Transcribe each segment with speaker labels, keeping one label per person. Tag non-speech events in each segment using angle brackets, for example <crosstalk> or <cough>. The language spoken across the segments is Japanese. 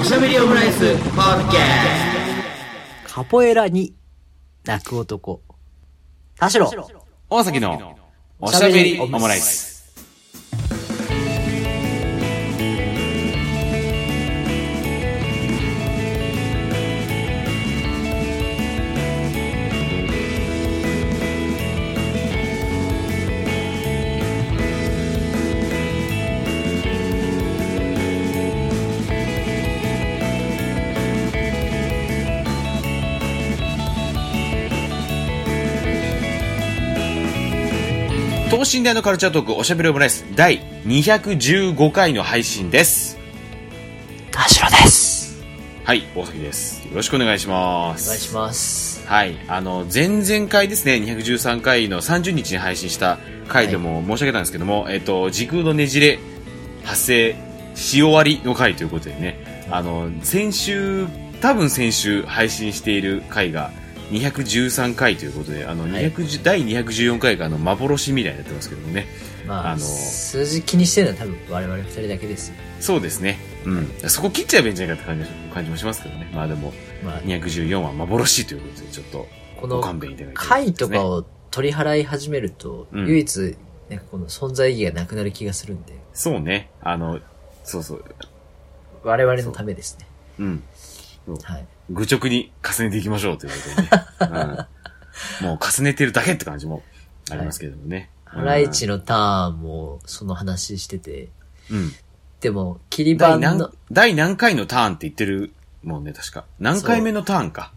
Speaker 1: おしゃべりオムライスポッドキャ
Speaker 2: カポエラに泣く男。田代。
Speaker 3: 大崎のおしゃべりオムライス。等身大のカルチャートークおしゃべりオムライス第215回の配信です。
Speaker 2: 田代です。
Speaker 3: はい、大崎です。よろしくお願いしま
Speaker 2: お願い
Speaker 3: す。
Speaker 2: します。
Speaker 3: はい、あの、前々回ですね、213回の30日に配信した回でも申し上げたんですけども、えっと、時空のねじれ発生し終わりの回ということでね、あの、先週、多分先週配信している回が、213回ということで、あの、
Speaker 2: はい
Speaker 3: 210第214回があの、幻みたいになってますけどもね。
Speaker 2: まあ、
Speaker 3: あの
Speaker 2: 数字気にしてるのは多分我々二人だけですよ。
Speaker 3: そうですね。うん。そこ切っちゃえばいいんじゃないかって感じも感じもしますけどね。まあでも、
Speaker 2: まあ、
Speaker 3: 214は幻ということで、ちょっと、
Speaker 2: こ
Speaker 3: ご
Speaker 2: の
Speaker 3: 勘弁いただいて、
Speaker 2: 回とか。を取り払い始めると、
Speaker 3: うん
Speaker 2: 唯一、なんかこの存在意義がなくなる気がするんで、
Speaker 3: そうね。あの、そうそう。
Speaker 2: 我々のためですね。
Speaker 3: うん。
Speaker 2: はい。
Speaker 3: 愚直に重ねていきましょうということでね。 <laughs> うん、もう重ねてるだけって感じもありますけどもね。
Speaker 2: ハライチのターンもその話してて、
Speaker 3: うん。
Speaker 2: でも、切り板の
Speaker 3: 第何、、第何回のターンって言ってるもんね、確か。何回目のターンか。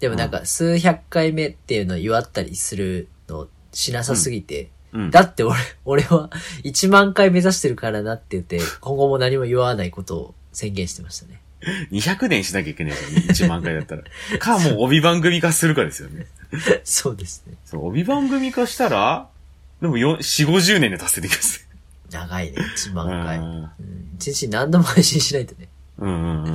Speaker 2: でもなんか数百回目っていうのを祝ったりするのしなさすぎて、
Speaker 3: うん。
Speaker 2: だって俺、俺は1万回目指してるからなって言って、今後も何も言わないことを宣言してましたね。
Speaker 3: 200年しなきゃいけないからね、1万回
Speaker 2: <laughs>
Speaker 3: だったら。か、もう帯番組化するかですよね。
Speaker 2: そうですね。
Speaker 3: <laughs> そう、帯番組化したら、でもよ、四五十年で達成できます。
Speaker 2: 長いね、1万回。うん
Speaker 3: う
Speaker 2: 一、日何度も配信しないとね。
Speaker 3: んうんう
Speaker 2: は
Speaker 3: ん。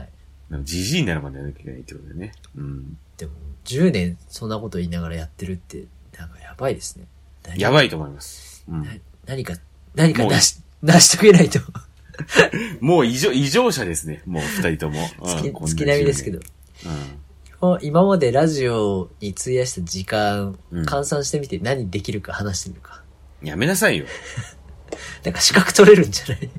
Speaker 2: い。
Speaker 3: でも、じじいになるまでやらなきゃいけないってことだよね。うん。
Speaker 2: でも、10年そんなこと言いながらやってるって、なんかやばいですね。何
Speaker 3: やばいと思います。う。
Speaker 2: なん何か、何か成し、 <laughs> 成し遂げないと。
Speaker 3: もう異常、異常者ですね。もう二人とも。う
Speaker 2: <laughs>
Speaker 3: ん
Speaker 2: 月
Speaker 3: こんな
Speaker 2: 月並みですけど。
Speaker 3: 10年。
Speaker 2: もう今までラジオに費やした時間
Speaker 3: うん、
Speaker 2: 換算してみて何できるか話してみるか。
Speaker 3: うん。やめなさいよ。
Speaker 2: なんか資格取れるんじゃない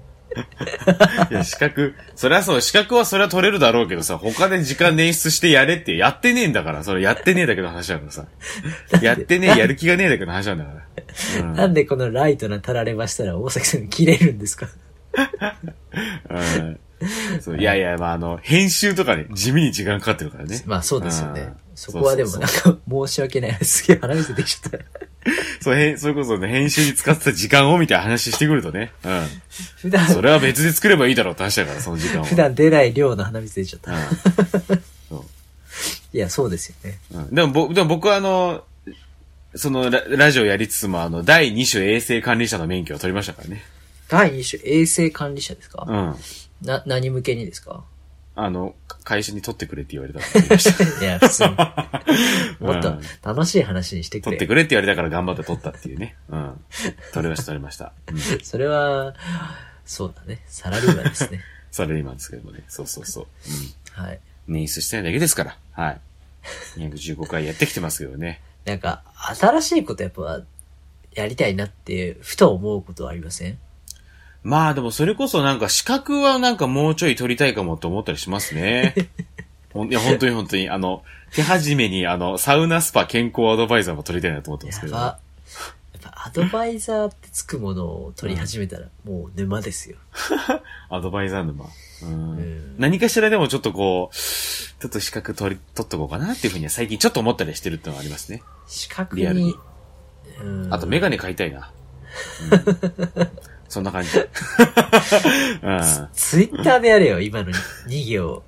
Speaker 2: <laughs>
Speaker 3: いや、資格、そりゃそう、資格はそりゃ取れるだろうけどさ、他で時間捻出してやれって、やってねえんだから、それやってねえだけの話だか
Speaker 2: <laughs>
Speaker 3: らさ。やってねえ、やる気がねえだけの話なんだから。うん
Speaker 2: なんでこのライトなたられましたら大崎さん切れるんですか
Speaker 3: うんそういやいや、まあ、あの、編集とかね、地味に時間かかってるからね。
Speaker 2: <laughs> まあそうですよね
Speaker 3: あ。ー
Speaker 2: そこはでもなんか申し訳ない。 <laughs> すげえ話出てきちゃった。 <laughs>
Speaker 3: そう、へんそれこそね、編集に使ってた時間をみたいな話してくるとね。う
Speaker 2: 普段
Speaker 3: ん。、それは別で作ればいいだろうって話だから、その時間を。
Speaker 2: <laughs> 普段出ない量の鼻水出ちゃった。 <laughs>
Speaker 3: うん。そう
Speaker 2: いや、そうですよね。
Speaker 3: うんでも、ぼでも僕はあの、そのラ、ラジオやりつつも、あの、第2種衛生管理者の免許を取りましたからね。
Speaker 2: 第2種衛生管理者ですか、
Speaker 3: うん。
Speaker 2: な、何向けにです
Speaker 3: <laughs>
Speaker 2: か
Speaker 3: あの、会社に取ってくれって言われたから取りました
Speaker 2: いや、普通
Speaker 3: <laughs>
Speaker 2: に。もっ
Speaker 3: う
Speaker 2: と
Speaker 3: ん
Speaker 2: 楽しい話にしてく
Speaker 3: 取
Speaker 2: れ。
Speaker 3: ってくれって言われたから頑張って取ったっていうね。うん。取りました、取りました。うん
Speaker 2: それは、そうだね。サラリーマンです
Speaker 3: <laughs>
Speaker 2: ね。
Speaker 3: サラリーマンですけどもね。そうそうそう。
Speaker 2: はい。
Speaker 3: うん。捻出してないだけですから。はい。215回やってきてますけどね。
Speaker 2: なんか、新しいことやっぱ、やりたいなって、ふと思うことはありません
Speaker 3: まあでもそれこそなんか資格はなんかもうちょい取りたいかもと思ったりします
Speaker 2: <laughs>
Speaker 3: ね。ほんいや、本当に本当に、あの、手始めにあの、サウナスパ健康アドバイザーも取りたいなと思ってま
Speaker 2: や
Speaker 3: すけ
Speaker 2: っ
Speaker 3: ど。
Speaker 2: ぱ、やっぱアドバイザーってつくものを取り始めたら、もう沼ですよ。
Speaker 3: アドバイザー沼。うん
Speaker 2: うん
Speaker 3: 何かしらでもちょっとこう、ちょっと資格取り、取っとこうかなっていうふうには最近ちょっと思ったりしてるってのはありますね。
Speaker 2: 視覚
Speaker 3: リアル
Speaker 2: に
Speaker 3: に、
Speaker 2: うん
Speaker 3: あと、メガネ買いたいな。
Speaker 2: <laughs>
Speaker 3: うん、そんな感じ。うん
Speaker 2: ツイッターでやれよ、今
Speaker 3: <laughs>
Speaker 2: の2行。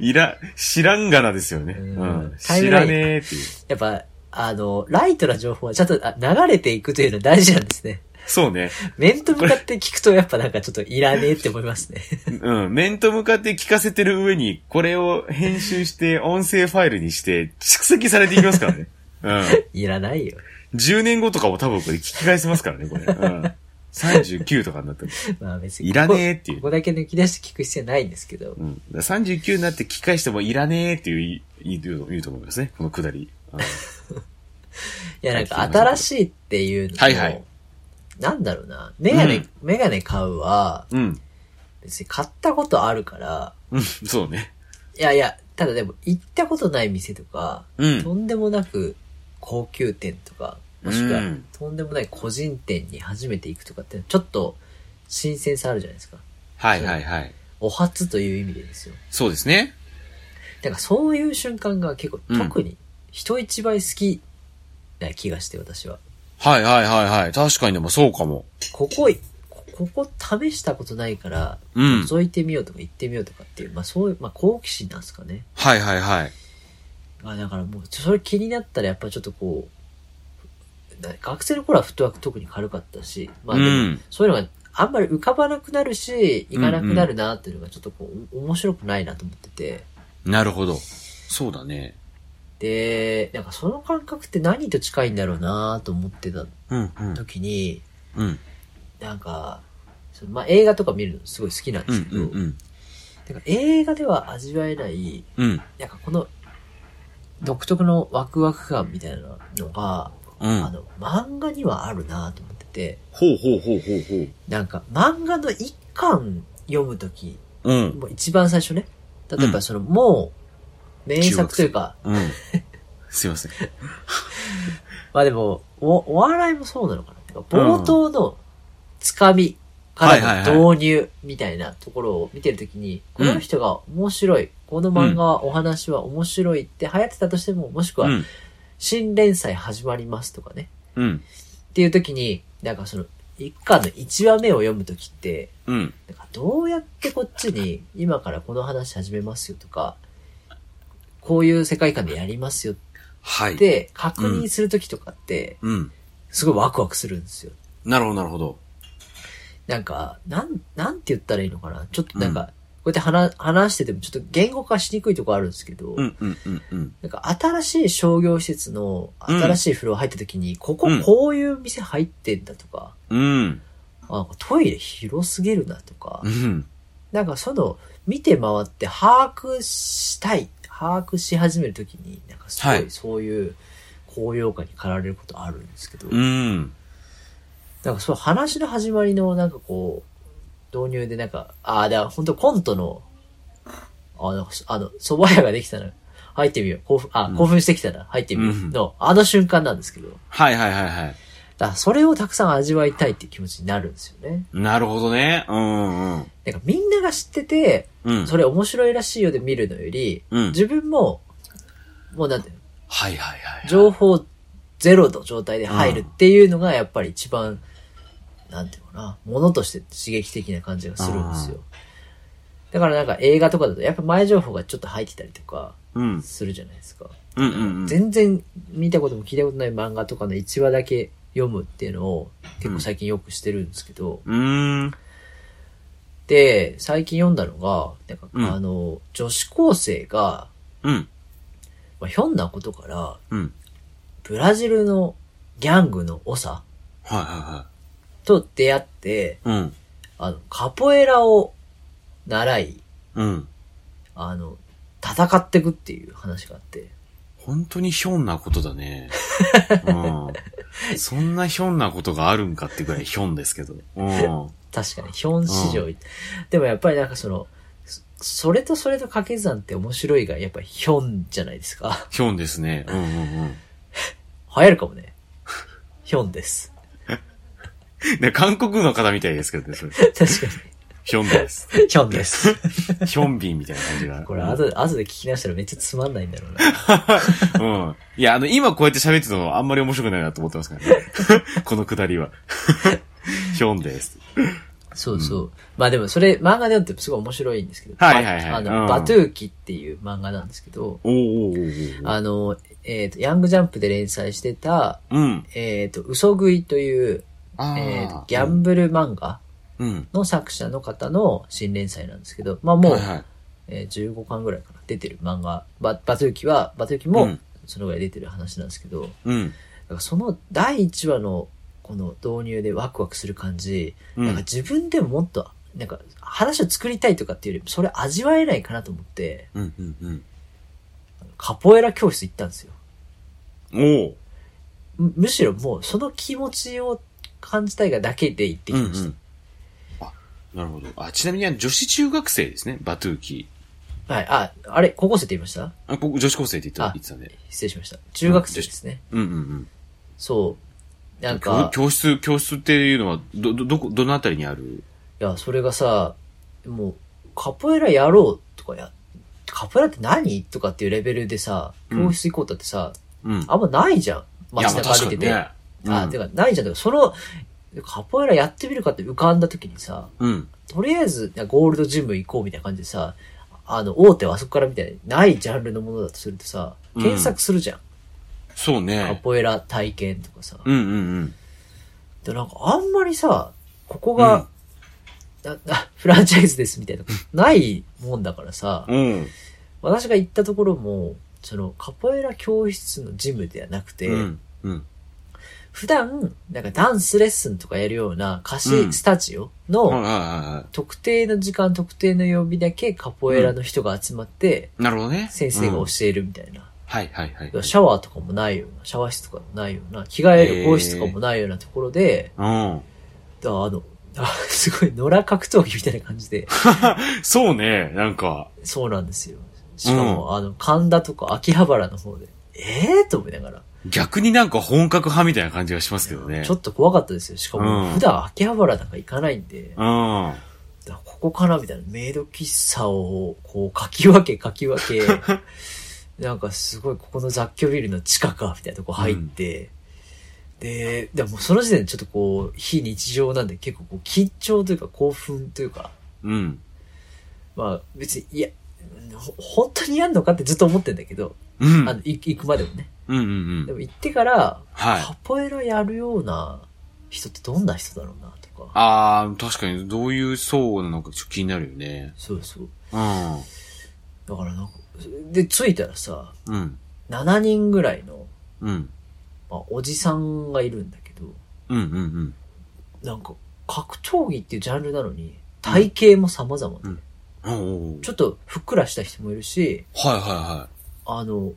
Speaker 3: いら、知らんがなですよね。
Speaker 2: うん
Speaker 3: うん。
Speaker 2: タイム
Speaker 3: 知
Speaker 2: ライ
Speaker 3: ら
Speaker 2: ン
Speaker 3: ねえっていう。
Speaker 2: やっぱ、あの、ライトな情報はちゃんとあ流れていくというのは大事なんですね。
Speaker 3: そうね。
Speaker 2: 面と向かって聞くとやっぱなんかちょっといらねえって思いますね。 <laughs>
Speaker 3: うん。面と向かって聞かせてる上に、これを編集して、音声ファイルにして、蓄積されていきますからね。うん。
Speaker 2: いらないよ。
Speaker 3: 10年後とかも多分これ聞き返せますからね、これ。うん。 39とかになったの。
Speaker 2: まあ別に。
Speaker 3: いらねえってい
Speaker 2: こ
Speaker 3: う
Speaker 2: こ。だけ抜き出して聞く必要ないんですけど
Speaker 3: う。ん、だから39になって聞き返してもいらねえっていう言う言う言うと思いますね。このくだり。あの
Speaker 2: いや、なんか新しいっていうのも
Speaker 3: はいはい
Speaker 2: なんだろうな。メガネ、
Speaker 3: うん
Speaker 2: メガネ買うは、
Speaker 3: うん。
Speaker 2: 別に買ったことあるから、
Speaker 3: うん。そうね。
Speaker 2: いやいや、ただでも行ったことない店とか、
Speaker 3: うん。
Speaker 2: とんでもなく高級店とか、もしくは
Speaker 3: うん
Speaker 2: とんでもない個人店に初めて行くとかって、ちょっと新鮮さあるじゃないですか。
Speaker 3: はいはいはい。
Speaker 2: お初という意味でですよ。
Speaker 3: そうですね。
Speaker 2: だからそういう瞬間が結構
Speaker 3: うん
Speaker 2: 特に人一倍好きな気がして私は。
Speaker 3: はいはいはいはい。確かにでもそうかも。
Speaker 2: ここ、こここ試したことないから、
Speaker 3: うん。
Speaker 2: 覗いてみようとか行ってみようとかっていう、まあそういう、まあ好奇心なんですかね。
Speaker 3: はいはいはい。
Speaker 2: あだからもう、それ気になったらやっぱちょっとこう、な学生の頃はフットワーク特に軽かったし、まあ
Speaker 3: う
Speaker 2: でも、
Speaker 3: ん。
Speaker 2: そういうのがあんまり浮かばなくなるし、行かなくなるなっていうのがちょっとこう、お面白くないなと思ってて。
Speaker 3: なるほど。そうだね。
Speaker 2: で、なんかその感覚って何と近いんだろうなと思ってた
Speaker 3: うんうん。
Speaker 2: 時に、
Speaker 3: うん。
Speaker 2: なんか、そのまあ映画とか見るのすごい好きなんで
Speaker 3: う
Speaker 2: す
Speaker 3: ん
Speaker 2: け
Speaker 3: う
Speaker 2: ど、
Speaker 3: んうん。
Speaker 2: なんか映画では味わえない、
Speaker 3: うん。
Speaker 2: なんかこの独特のワクワク感みたいなのが、
Speaker 3: うん
Speaker 2: あ。の、漫画にはあるなと思ってて、
Speaker 3: ほうほうほうほうほう。
Speaker 2: なんか漫画の一巻読むとき、
Speaker 3: うん。
Speaker 2: もう一番最初ね、例えばその、もう、名作というか、
Speaker 3: うん。すいません。
Speaker 2: まあでも、お、お笑いもそうなのかな。なんか冒頭のつかみからの導入みたいなところを見てるときに、こ
Speaker 3: うん
Speaker 2: の人が面白い、この漫画はお話は面白いって流行ってたとしても、もしく
Speaker 3: う
Speaker 2: は
Speaker 3: ん。
Speaker 2: 新連載始まりますとかね。
Speaker 3: うん。
Speaker 2: っていうときに、なんかその、一巻の一話目を読むときって、
Speaker 3: うん。
Speaker 2: なんかどうやってこっちに、今からこの話始めますよとか、こういう世界観でやりますよっ
Speaker 3: はい。
Speaker 2: て確認するときとかって、
Speaker 3: うん。
Speaker 2: すごいワクワクするんですよ。
Speaker 3: なるほど、なるほど。
Speaker 2: なんか、なん、なんて言ったらいいのかなちょっとなんか、こうやって話、話しててもちょっと言語化しにくいとこあるんですけど、
Speaker 3: うん、うん、うん、うん。
Speaker 2: なんか新しい商業施設の
Speaker 3: うん
Speaker 2: 新しいフロア入った時に、ここ
Speaker 3: うん
Speaker 2: こういう店入ってんだとか、
Speaker 3: うん。
Speaker 2: あなんかトイレ広すぎるなとか、
Speaker 3: うん。
Speaker 2: なんかその、見て回って把握したい、把握し始める時に、なんかすご
Speaker 3: はいい
Speaker 2: そういう高揚感に駆られることあるんですけど、
Speaker 3: うん。
Speaker 2: なんかそう話の始まりのなんかこう、導入でなんか、ああ、だから本当コントの、あの、あの、蕎麦屋ができたら入ってみよう。興奮、あ、興奮してきたら入ってみよ
Speaker 3: うん
Speaker 2: う。の、あの瞬間なんですけど、だか
Speaker 3: はいはいはいはい。
Speaker 2: らそれをたくさん味わいたいっていう気持ちになるんですよね。
Speaker 3: なるほどね。うん、うん。
Speaker 2: なんかみんなが知ってて、
Speaker 3: うん。
Speaker 2: それ面白いらしいよで見るのより、
Speaker 3: うん。
Speaker 2: 自分も、もうなんていうの、
Speaker 3: はいはいはい。
Speaker 2: 情報ゼロの状態で入るっていうのがやっぱり一番、なんていうのかな、ものとして刺激的な感じがするんですよ。だからなんか映画とかだとやっぱ前情報がちょっと入ってたりとか
Speaker 3: うん。
Speaker 2: するじゃないですか。
Speaker 3: うん、うん、うん。
Speaker 2: 全然見たことも聞いたことない漫画とかの1話だけ読むっていうのを結構最近よくしてるんですけど、
Speaker 3: うーん。
Speaker 2: で、最近読んだのが、なんか、
Speaker 3: うん
Speaker 2: あの、女子高生が、
Speaker 3: うん。
Speaker 2: まあ、ひょんなことから、
Speaker 3: うん。
Speaker 2: ブラジルのギャングの長
Speaker 3: はいは
Speaker 2: と出会って、
Speaker 3: いはい。うん。
Speaker 2: あの、カポエラを習い、
Speaker 3: うん。
Speaker 2: あの、戦っていくっていう話があって。
Speaker 3: 本当にひょんなことだね。うん。そんなひょんなことがあるんかってぐらいひょんですけど。うん。
Speaker 2: 確かに、ヒョン市場、でもやっぱりなんかその、そそれとそれと掛け算って面白いが、やっぱりヒョンじゃないですか。
Speaker 3: ひょんですね。うんうんうん。
Speaker 2: 流行るかもね。ヒョン <laughs> です。
Speaker 3: ね、韓国の方みたいですけどね、それ。
Speaker 2: 確か
Speaker 3: ヒョンです。
Speaker 2: に。ヒョンです。
Speaker 3: ヒョンビンみたいな感じが。
Speaker 2: これ、後で、後で聞き直したらめっちゃつまんないんだろうな。
Speaker 3: うん。いや、あの、今こうやって喋ってたのはあんまり面白くないなと思ってますからね。 <laughs> このくだりは。ヒョンです。
Speaker 2: そうそう。まあでもそれ、漫画で読んでもすごい面白いんですけど、
Speaker 3: はいはいはい
Speaker 2: あ
Speaker 3: う
Speaker 2: の、
Speaker 3: ん
Speaker 2: バトゥーキっていう漫画なんですけど、
Speaker 3: おーおーおーおー
Speaker 2: あの、えっ、と、ヤングジャンプで連載してた、
Speaker 3: うん。
Speaker 2: えっ、と、嘘食いという、
Speaker 3: あー
Speaker 2: えーとギャンブル漫画
Speaker 3: うん。
Speaker 2: の作者の方の新連載なんですけど、まあもう、
Speaker 3: はいはい
Speaker 2: えー15巻ぐらいかな、出てる漫画、ババトゥーキは、バトゥーキも、
Speaker 3: うん
Speaker 2: そのぐらい出てる話なんですけど、だ
Speaker 3: うん。
Speaker 2: からその第1話のこの導入でワクワクする感じ、
Speaker 3: うん
Speaker 2: なんか自分でももっと、なんか話を作りたいとかっていうより、それ味わえないかなと思って、
Speaker 3: うんうん
Speaker 2: カポエラ教室行ったんですよ。
Speaker 3: うん。おお。
Speaker 2: むむしろもうその気持ちを感じたいがだけで行ってきました。
Speaker 3: あ、なるほど。あ、ちなみにあの女子中学生ですね、バトゥーキ
Speaker 2: はい。あ、あれ、高校生って言いました
Speaker 3: ー。あ、僕女子高生って言った
Speaker 2: あ
Speaker 3: 言ってたんで。
Speaker 2: 失礼しました。中学生ですね。
Speaker 3: うんうんうん。
Speaker 2: そう。なん
Speaker 3: 教
Speaker 2: か、
Speaker 3: 教室、教室っていうのは、ど、ど、どこ、どのあたりにある
Speaker 2: いや、それがさ、もう、カポエラやろうとかや、カポエラって何とかっていうレベルでさ、教室行こうったってさ、
Speaker 3: うん。
Speaker 2: あんまないじゃん。
Speaker 3: いや
Speaker 2: 街中歩いてて。
Speaker 3: まあ確かにね
Speaker 2: あ、てか、ないじゃん。だからその、カポエラやってみるかって浮かんだ時にさ、
Speaker 3: うん。うん。
Speaker 2: とりあえず、ゴールドジム行こうみたいな感じでさ、あの、大手はあそこからみたいな、ないジャンルのものだとするとさ、
Speaker 3: うん
Speaker 2: 検索するじゃん。
Speaker 3: そう
Speaker 2: カ
Speaker 3: ね。
Speaker 2: ポエラ体験とかさ。
Speaker 3: うんうんうん。
Speaker 2: で、なんかあんまりさ、ここが、ななフランチャイズですみたいな、ないもんだからさ、
Speaker 3: うん。
Speaker 2: 私が行ったところも、その、カポエラ教室のジムではなくて、
Speaker 3: うん。うん。
Speaker 2: 普段、なんかダンスレッスンとかやるような貸
Speaker 3: う
Speaker 2: し
Speaker 3: ん
Speaker 2: スタジオ
Speaker 3: はいはい
Speaker 2: の
Speaker 3: は
Speaker 2: 特定の時間、特定の曜日だけカポエラの人が集まって、
Speaker 3: い。なるほどね。
Speaker 2: 先生が
Speaker 3: う
Speaker 2: 教
Speaker 3: ん
Speaker 2: えるみたいな。
Speaker 3: はいはいはい。
Speaker 2: シャワーとかもないような、シャワー室とかもないような、着替える更衣室とかもないようなところで、
Speaker 3: うん。
Speaker 2: だあの、あすごい野良格闘技みたいな感じで、
Speaker 3: そうね、なんか。
Speaker 2: そうなんですよ。しかも、あの、神田とか秋葉原の方で、ええー、と思いながら、
Speaker 3: 逆になんか本格派みたいな感じがしますけどね。
Speaker 2: ちょっと怖かったですよ。しか
Speaker 3: う
Speaker 2: も、
Speaker 3: ん
Speaker 2: 普段秋葉原なんか行かないんで、
Speaker 3: うん。
Speaker 2: だここかなみたいな、メイド喫茶を、こう、かき分け、かき分
Speaker 3: <laughs>
Speaker 2: け、なんかすごい、ここの雑居ビルの地下か、みたいなとこ入って、で、でもその時点でちょっとこう、非日常なんで結構こう、緊張というか興奮というか、
Speaker 3: うん。
Speaker 2: まあ別に、いや、ほ本当にやんのかってずっと思ってんだけど、
Speaker 3: うん。う
Speaker 2: あの、
Speaker 3: ん
Speaker 2: い行くまでもね。
Speaker 3: うんう
Speaker 2: で
Speaker 3: ん。
Speaker 2: も行ってから、
Speaker 3: はい。
Speaker 2: カポエラやるような人ってどんな人だろうな、とか。
Speaker 3: ああ、確かに、どういう層なのかちょっと気になるよね。
Speaker 2: そうそう。
Speaker 3: うん。
Speaker 2: だからなんか、で、着いたらさ、
Speaker 3: うん。
Speaker 2: 7人ぐらいの、
Speaker 3: うん。
Speaker 2: まあ、おじさんがいるんだけど、
Speaker 3: うんうん
Speaker 2: なんか、格闘技っていうジャンルなのに、体型も様々で、
Speaker 3: うんうん。おー
Speaker 2: ちょっとふっくらした人もいるし、
Speaker 3: はいは
Speaker 2: あの、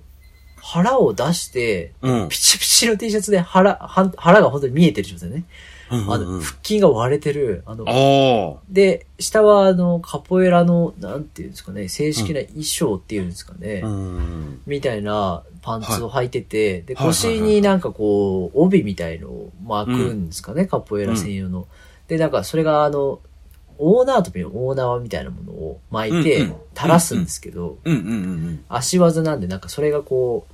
Speaker 2: 腹を出して、
Speaker 3: いはい。
Speaker 2: ピチピチの T シャツで腹、は腹が本当に見えてる状態ね。
Speaker 3: うん。
Speaker 2: あ
Speaker 3: うんうんう
Speaker 2: の、
Speaker 3: ん
Speaker 2: 腹筋が割れてる、あの、
Speaker 3: ああ。
Speaker 2: で、下はあの、カポエラの、なんていうんですかね、正式な衣装っていうんですかね、
Speaker 3: うん。
Speaker 2: みたいなパンツを履いてて、で、
Speaker 3: はい
Speaker 2: 腰になんかこう、帯みたいのを巻くんですかね、カポエラ専用の。で、なんかそれがあの、オーナーとびのオーナーみたいなものを巻いて
Speaker 3: うんうん、
Speaker 2: 垂らすんですけど、
Speaker 3: うんうんうん
Speaker 2: 足技なんで、なんかそれがこう、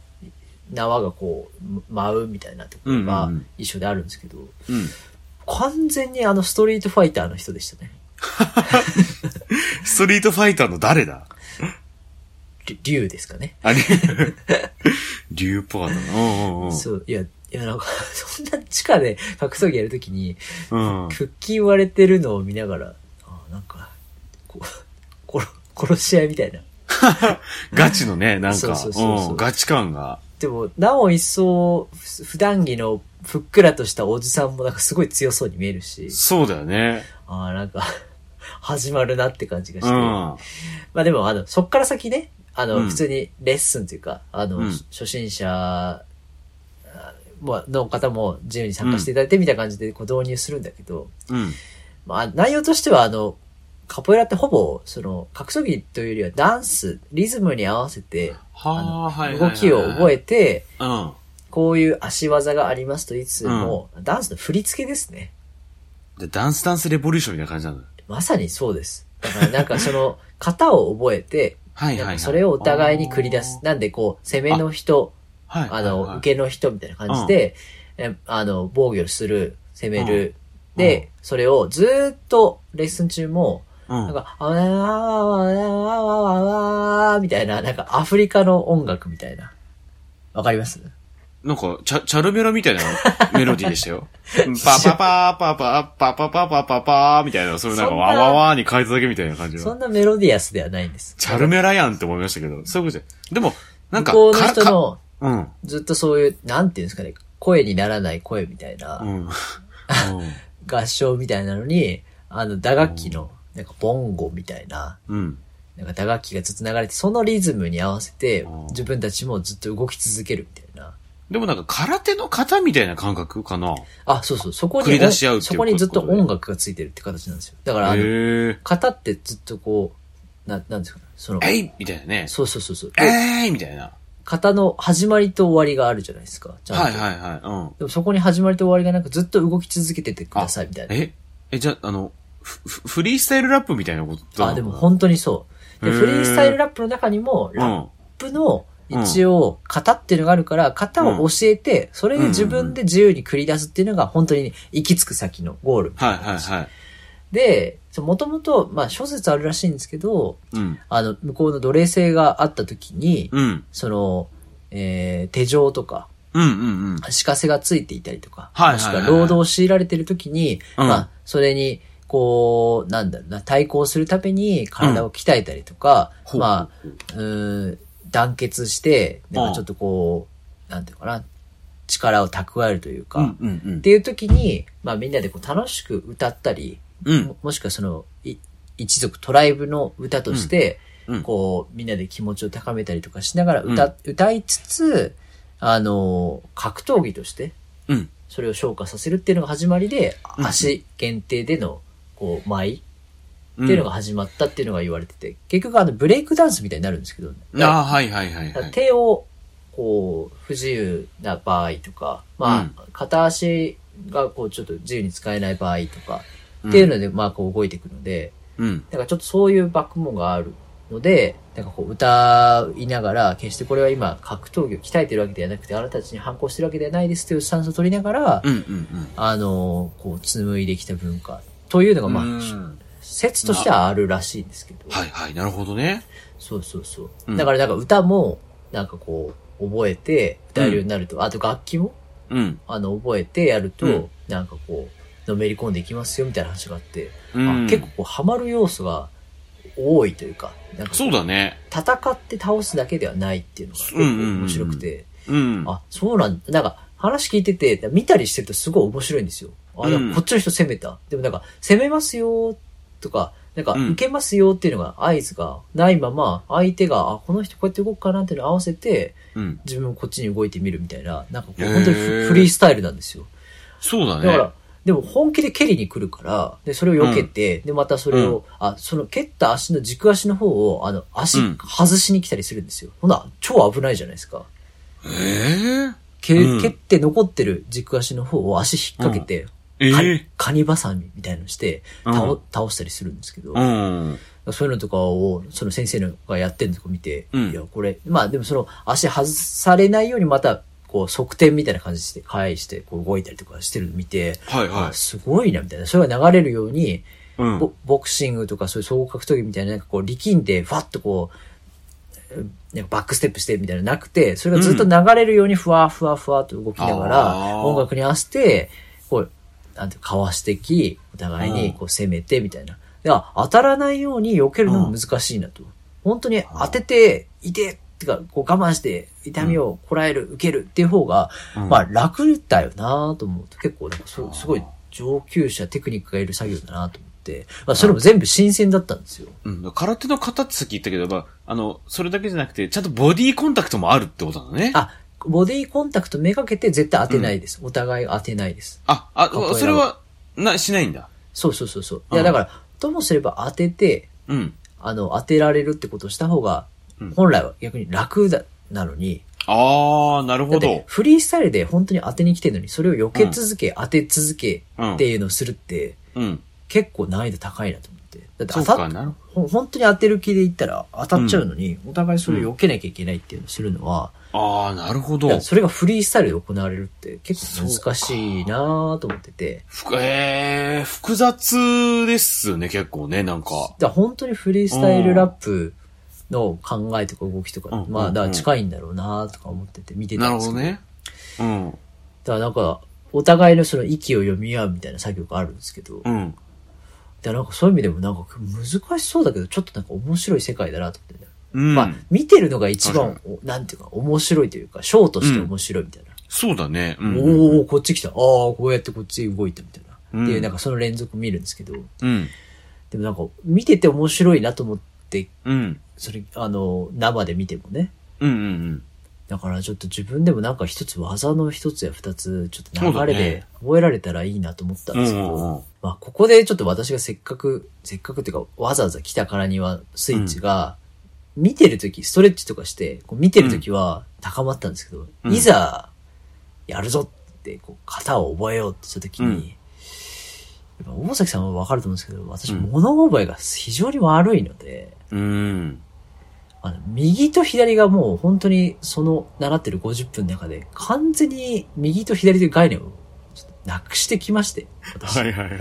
Speaker 2: 縄がこう、舞うみたいなところが
Speaker 3: うんうんうん
Speaker 2: 衣装であるんですけど、
Speaker 3: うん。うん。
Speaker 2: 完全にあのストリートファイターの人でしたね。
Speaker 3: ストリートファイターの誰だ
Speaker 2: り竜ですかね。
Speaker 3: あれ竜っぽかったな。うんうんうん。
Speaker 2: そう、いや、いや、なんか、 <laughs> そんな地下で格闘技やるときに、
Speaker 3: うん。
Speaker 2: 腹筋割れてるのを見ながら、あなんか、こ <laughs> う、殺、殺し合いみたいな。
Speaker 3: ガチのね、なん
Speaker 2: そ
Speaker 3: か、
Speaker 2: うそうそうそう
Speaker 3: うんガチ感が。
Speaker 2: でも、なお一層、ふ普段着のふっくらとしたおじさんもなんかすごい強そうに見えるし、
Speaker 3: そうだよね。
Speaker 2: ああ、なんか、 <laughs> 始まるなって感じがし
Speaker 3: う
Speaker 2: て。
Speaker 3: ん。
Speaker 2: まあでも、あの、そっから先ね、あの、
Speaker 3: うん
Speaker 2: 普通にレッスンというか、あの、
Speaker 3: うん
Speaker 2: 初心者あまあの方も自由に参加していただいてみたいな感じでこう導入するんだけど、
Speaker 3: うん。
Speaker 2: まあ、内容としては、あの、カポエラってほぼ、その、格闘技というよりはダンス、リズムに合わせて、
Speaker 3: はあ、はいはいはい。
Speaker 2: 動きを覚えて、
Speaker 3: うん。
Speaker 2: こういう足技がありますと言いつつも、ダンスの振り付けですね。
Speaker 3: でダンスダンスレボリューションみたいな感じなんだ。
Speaker 2: まさにそうです。だからなんかそ
Speaker 3: <laughs>
Speaker 2: の、型を覚えて、
Speaker 3: はいはい
Speaker 2: な
Speaker 3: は
Speaker 2: ん
Speaker 3: い。
Speaker 2: かそれをお互いに繰り出
Speaker 3: あ
Speaker 2: す
Speaker 3: ー。。
Speaker 2: なんでこう、攻めの人、
Speaker 3: はい
Speaker 2: あ
Speaker 3: はいはい
Speaker 2: の、受けの人みたいな感じで、えあの、防御する、攻める。
Speaker 3: うん
Speaker 2: で、それをずーっとレッスン中も、
Speaker 3: うん
Speaker 2: なんか、あわわわわわわわわみたいな、なんかアフリカの音楽みたいな。わかります
Speaker 3: なんか、チャ、チャルメロみたいなメロディーでしたよ。パパパパパパパパパパパーみたいな、それなんか
Speaker 2: そんな
Speaker 3: わわわーに変えただけみたいな感じ
Speaker 2: そ
Speaker 3: の。
Speaker 2: んなメロディアスではないんです。
Speaker 3: チャルメラやんって思いましたけど、そういうことじゃ。でも、なんか、
Speaker 2: 向こうの人の
Speaker 3: か、
Speaker 2: ずっとそういう、なんていうんですかね、声にならない声みたいな、
Speaker 3: うん。うん。
Speaker 2: 合唱みたいなのに、あの、打楽器の、なんかボンゴみたいな、
Speaker 3: うん。うん。
Speaker 2: なんか打楽器がずっと流れて、そのリズムに合わせて
Speaker 3: うん、
Speaker 2: 自分たちもずっと動き続けるみたいな。
Speaker 3: でもなんか空手の型みたいな感覚かな。
Speaker 2: あ、そうそう、そこに、
Speaker 3: 繰り出し合うっていう
Speaker 2: そこにずっと
Speaker 3: ことね
Speaker 2: 音楽がついてるって形なんですよ。だから、あの、
Speaker 3: へえ。
Speaker 2: 型ってずっとこう、な、なんですかね、その、
Speaker 3: えいみたいなね。
Speaker 2: そうそうそうそう。
Speaker 3: えいみたいな。
Speaker 2: 型の始まりと終わりがあるじゃないですか。ちゃんと
Speaker 3: はいはいはい。うん。
Speaker 2: でもそこに始まりと終わりがなくずっと動き続けててくださいみたいな。
Speaker 3: ええ、じゃあ、あの、フフフリースタイルラップみたいなこと
Speaker 2: あ、でも本当にそう。で、
Speaker 3: へー
Speaker 2: フリースタイルラップの中にも、
Speaker 3: う
Speaker 2: ラッ
Speaker 3: ん。
Speaker 2: プの一応、型っていうのがあるから、型を教えて、それで自分で自由に繰り出すっていうのが本当に行き着く先のゴールみた
Speaker 3: はいい
Speaker 2: な
Speaker 3: はい
Speaker 2: 感じ。
Speaker 3: はい。
Speaker 2: で、もともと、まあ諸説あるらしいんですけど、
Speaker 3: うん。
Speaker 2: あの、向こうの奴隷制があった時に、
Speaker 3: うん。
Speaker 2: その、えー手錠とか、
Speaker 3: うんうんうん。
Speaker 2: 足かせがついていたりとか、
Speaker 3: はい
Speaker 2: もしく
Speaker 3: は
Speaker 2: はい
Speaker 3: はい
Speaker 2: 労働を強いられてる時に、
Speaker 3: うん
Speaker 2: まあ、それに、こう、なんだろうな、対抗するために体を鍛えたりとか、
Speaker 3: うん
Speaker 2: まあ、うーん、団結して、なんかちょっとこう、なんていうのかな、力を蓄えるというか、
Speaker 3: うん
Speaker 2: っ
Speaker 3: うんうん。
Speaker 2: ていう時に、まあみんなでこう楽しく歌ったり、
Speaker 3: うん
Speaker 2: も。もしくはその、い一族、トライブの歌として、
Speaker 3: うんうん
Speaker 2: こう、みんなで気持ちを高めたりとかしながら歌、歌いつつ、あの、格闘技として、
Speaker 3: うん。
Speaker 2: それを昇華させるっていうのが始まりで、
Speaker 3: うん
Speaker 2: 足限定での、こう、舞
Speaker 3: う
Speaker 2: っ
Speaker 3: ん。
Speaker 2: ていうのが始まったっていうのが言われてて、結局あの、ブレイクダンスみたいになるんですけど、
Speaker 3: ああ、はいはいはい
Speaker 2: だか
Speaker 3: は
Speaker 2: ら
Speaker 3: い。
Speaker 2: 手を、こう、不自由な場合とか、まあ、
Speaker 3: うん
Speaker 2: 片足がこう、ちょっと自由に使えない場合とか、っていうので、まあ、こう動いていくので、
Speaker 3: うん。
Speaker 2: なんかちょっとそういうバックモンがあるので、なんかこう歌いながら、決してこれは今格闘技を鍛えてるわけではなくて、あなたたちに反抗してるわけではないですというスタンスを取りながら、
Speaker 3: うんうん
Speaker 2: あの、こう紡いできた文化というの
Speaker 3: う
Speaker 2: が、
Speaker 3: ん。
Speaker 2: まあ、
Speaker 3: うん
Speaker 2: 説としてはあるらしいんですけど。
Speaker 3: はいはい、なるほどね。
Speaker 2: そうそうそうう。
Speaker 3: ん
Speaker 2: だからなんか歌も、なんかこう、覚えて歌えるようになると、あと楽器も、
Speaker 3: うん。
Speaker 2: あの、覚えてやると、
Speaker 3: うん
Speaker 2: なんかこう、のめり込んでいきますよみたいな話があって、
Speaker 3: うん。
Speaker 2: あ結構こうハマる要素が多いというか、なんかこ
Speaker 3: そうだね。
Speaker 2: 戦って倒すだけではないっていうのが結構
Speaker 3: うんうんうん
Speaker 2: 面白くて、
Speaker 3: うん。
Speaker 2: あ、そうなんだ。なんか話聞いてて、見たりしてるとすごい面白いんですよ。あ、なんかこっちの人攻めた。でもなんか攻めますよとか、なんか
Speaker 3: うん
Speaker 2: 受けますよっていうのが合図がないまま、相手が、あ、この人こうやって動くかなっていうのを合わせて、
Speaker 3: うん。
Speaker 2: 自分もこっちに動いてみるみたいな、なんかこう
Speaker 3: へー
Speaker 2: 本当にフフリースタイルなんですよ。
Speaker 3: そうだ
Speaker 2: だか
Speaker 3: ね
Speaker 2: ら。、でも本気で蹴りに来るから、で、それを避けて、で、またそれを、あ、その蹴った足の軸足の方を、あの、足
Speaker 3: うん
Speaker 2: 外しに来たりするんですよ。ほな、超危ないじゃないですか。
Speaker 3: え
Speaker 2: 蹴,、
Speaker 3: うん
Speaker 2: 蹴って残ってる軸足の方を足引っ掛けて、
Speaker 3: え
Speaker 2: カ
Speaker 3: え
Speaker 2: ニカニバサミみたいのして、倒,、
Speaker 3: うん
Speaker 2: 倒したりするんですけど、
Speaker 3: えうん。
Speaker 2: そういうのとかを、その先生のがやってるのとか見て、
Speaker 3: うん
Speaker 2: いや、これ、まあでもその足外されないようにまた、こう、側転みたいな感じで返して、こう動いたりとかしてるの見て、
Speaker 3: はいは
Speaker 2: あすごいな、みたいな。それが流れるように、
Speaker 3: い。うん。
Speaker 2: ボボクシングとかそういう総合格闘技みたいな、なんかこう、力んで、ファッとこう、うんなんかバックステップしてみたいなのなくて、それがずっと流れるようにふわふわふわと動きながら、
Speaker 3: あー
Speaker 2: 音楽に合わせて、こう、なんていうか、かわしてき、お互いうに
Speaker 3: ん
Speaker 2: こう攻めてみたいな。であ当たらないように避けるのも難しいなと。本当に当てて、いて、ってか、こう我慢して、痛みをこらえる、受けるっていう方が、
Speaker 3: うん
Speaker 2: まあ楽だよなと思うと、結構なんかそ
Speaker 3: あー
Speaker 2: すごい上級者テクニックがいる作業だなと思って、まあそれも全部新鮮だったんですよ。
Speaker 3: うん、空手の型ってさっき言ったけど、まあ、あの、それだけじゃなくて、ちゃんとボディーコンタクトもあるってことなのね。
Speaker 2: あ、ボディコンタクトめがけて絶対当てないです。お互い当てないです。
Speaker 3: あ、あ、
Speaker 2: ここや
Speaker 3: それは、な、しないんだ。
Speaker 2: そうそうそうそう。
Speaker 3: う
Speaker 2: い
Speaker 3: ん
Speaker 2: やだから、ともすれば当てて、
Speaker 3: うん。
Speaker 2: あの、当てられるってことをした方が
Speaker 3: うん、
Speaker 2: 本来は逆に楽だ、なのに、
Speaker 3: あー、なる
Speaker 2: だ
Speaker 3: ほ
Speaker 2: って
Speaker 3: ど。
Speaker 2: フリースタイルで本当に当てに来てるのに、それを避け続け、当て続けっていうのをするって、
Speaker 3: うん。
Speaker 2: 結構難易度高いなと思って。だって当
Speaker 3: そう
Speaker 2: たっ
Speaker 3: かなる
Speaker 2: ほ本当に当てる気で言ったら当たっちゃうのに、お互いそれを避けなきゃいけないっていうのをするのは、
Speaker 3: あー、なるほ
Speaker 2: だか
Speaker 3: ど
Speaker 2: ら。それがフリースタイルで行われるって結構難しいなぁと思ってて、
Speaker 3: ふくえー、複雑ですよね、結構ね、なんか。
Speaker 2: だから本当にフリースタイルラップの考えとか動きとか、
Speaker 3: うん
Speaker 2: ま
Speaker 3: う
Speaker 2: あ
Speaker 3: ん
Speaker 2: だから近いんだろうなぁとか思ってて見てた
Speaker 3: なんる
Speaker 2: で
Speaker 3: ほ
Speaker 2: すけ
Speaker 3: ど
Speaker 2: ど。
Speaker 3: ね。うん。
Speaker 2: だからなんか、お互いのその息を読み合うみたいな作業があるんですけど、だか
Speaker 3: うん。
Speaker 2: らなんかそういう意味でもなんか難しそうだけど、ちょっとなんか面白い世界だなと思ってね。
Speaker 3: うん
Speaker 2: まあ、見てるのが一番、おなんていうか、面白いというか、ショーとして面白いみたいな。
Speaker 3: そうだね。うん。
Speaker 2: おー、こっち来た。ああ、こうやってこっち動いたみたいな。っていうう、
Speaker 3: ん
Speaker 2: なんかその連続見るんですけど、
Speaker 3: うん。
Speaker 2: でもなんか、見てて面白いなと思って、
Speaker 3: うん。
Speaker 2: それ、あの、生で見てもね。
Speaker 3: うん。うん。
Speaker 2: だからちょっと自分でもなんか一つ技の一つや二つ、ちょっ
Speaker 3: そ
Speaker 2: と
Speaker 3: うだ
Speaker 2: 流れ
Speaker 3: ね
Speaker 2: で覚えられたらいいなと思ったん
Speaker 3: うん。
Speaker 2: で
Speaker 3: う
Speaker 2: すけど、
Speaker 3: ん。
Speaker 2: まあここでちょっと私がせっかく、せっかくっていうかわざわざ来たからにはスイッチが、見てるとき、ストレッチとかして、こう見てるときは高まったんですけど、
Speaker 3: うん
Speaker 2: いざ、やるぞって、こう、型を覚えようとしたときに、やっぱ大崎さんはわかると思うんですけど、私
Speaker 3: うん
Speaker 2: 物覚えが非常に悪いので、
Speaker 3: うん。
Speaker 2: あの、右と左がもう本当にその習ってる50分の中で完全に右と左という概念をちょっとなくしてきまして、私。
Speaker 3: はいはいはい。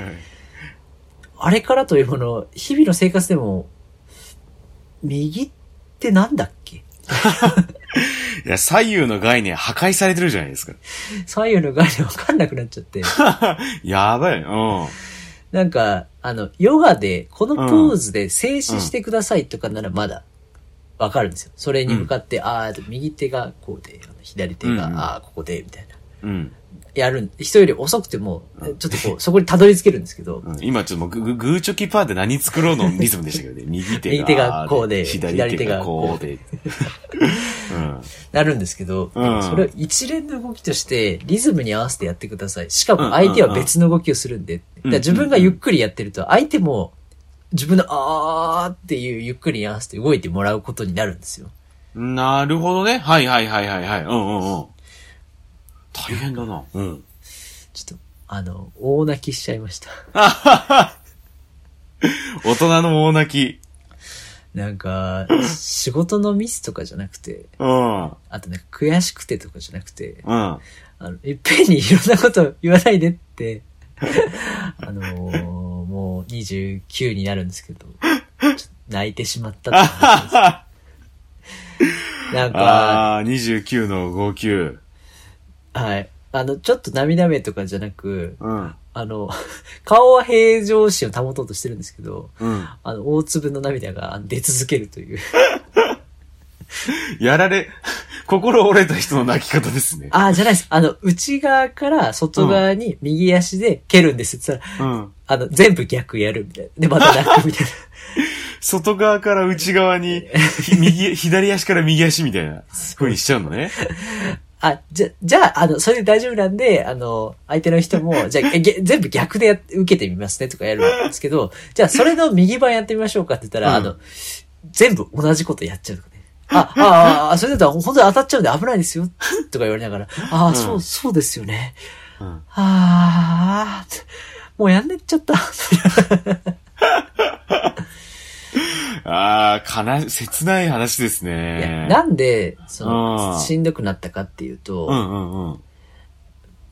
Speaker 2: あれからというもの、日々の生活でも、右ってなんだっけ
Speaker 3: いや、左右の概念破壊されてるじゃないですか。
Speaker 2: 左右の概念わかんなくなっちゃって。 <laughs>
Speaker 3: やばいよね。
Speaker 2: なんか、あの、ヨガで、このポーズで静止してくださいとかならまだ、わかるんですよ。それに向かって、ああ、右手がこうで、あの左手が、
Speaker 3: うんうん
Speaker 2: ああ、ここで、みたいな。
Speaker 3: うん。うん。
Speaker 2: やるん、人より遅くても
Speaker 3: うん、
Speaker 2: ちょっとこう、そこにたどり着けるんですけど、
Speaker 3: うん今ちょっともうグググーチョキパーで何作ろうのリズムでしたけどね。 <laughs> 右手が。
Speaker 2: 右手がこうで
Speaker 3: 左手がこうで。 <laughs> うん。
Speaker 2: なるんですけど、
Speaker 3: うん
Speaker 2: それを一連の動きとして、リズムに合わせてやってください。しかも相手は別の動きをするんで。だから自分がゆっくりやってると、相手も、自分のあーっていうゆっくりに合わせて動いてもらうことになるんですよ。
Speaker 3: なるほどね。はいはいはいはいはい。うんうんうん。大変だな。うん。
Speaker 2: ちょっと、あの、大泣きしちゃいました。 <laughs>
Speaker 3: 大人の大泣き。
Speaker 2: なんか、仕事のミスとかじゃなくて、
Speaker 3: うん。うん。
Speaker 2: あとなんか悔しくてとかじゃなくて、
Speaker 3: あ
Speaker 2: あの、いっぺんにいろんなこと言わないでって、 <laughs> あのーもう29になるんですけど、ちょっと泣いてしまったって話です
Speaker 3: あ
Speaker 2: なんか、
Speaker 3: ー、29の号泣。うん。
Speaker 2: はい。あの、ちょっと涙目とかじゃなく、
Speaker 3: うん。
Speaker 2: あの、 <laughs> 顔は平常心を保とうとしてるんですけど、
Speaker 3: うん。
Speaker 2: あの、大粒の涙が出続けるという。
Speaker 3: やられ、 <laughs> 心折れた人の泣き方ですね。
Speaker 2: ああ、じゃないです。あの、内側から外側に右足で蹴るんですって言ったら、
Speaker 3: うん。
Speaker 2: あの、全部逆やるみたいな。で、また泣くみたいな。
Speaker 3: 外側から内側
Speaker 2: <laughs>
Speaker 3: に、ひ右、左足から右足みたいな風にしちゃうのね。
Speaker 2: あ、じゃ、じゃあ、あの、それで大丈夫なんで、あの、相手の人
Speaker 3: <laughs>
Speaker 2: も、じゃあ、えげ全部逆でやっ受けてみますねとかやるんですけど、じゃあ、それの右版やってみましょうかって言ったら、
Speaker 3: う
Speaker 2: あ
Speaker 3: ん
Speaker 2: の、全部同じことやっちゃうとかね。あ、ああ、あ、それだと本当に当たっちゃうんで危ないですよ、とか言われながら、ああ、
Speaker 3: ん
Speaker 2: そう、そうですよね。
Speaker 3: うん
Speaker 2: ああ、もうやんねっちゃった。
Speaker 3: ああ、悲し、切ない話です
Speaker 2: い
Speaker 3: ね
Speaker 2: や。なんで、そ
Speaker 3: うん
Speaker 2: の、しんどくなったかっていうと、
Speaker 3: うんうんうん。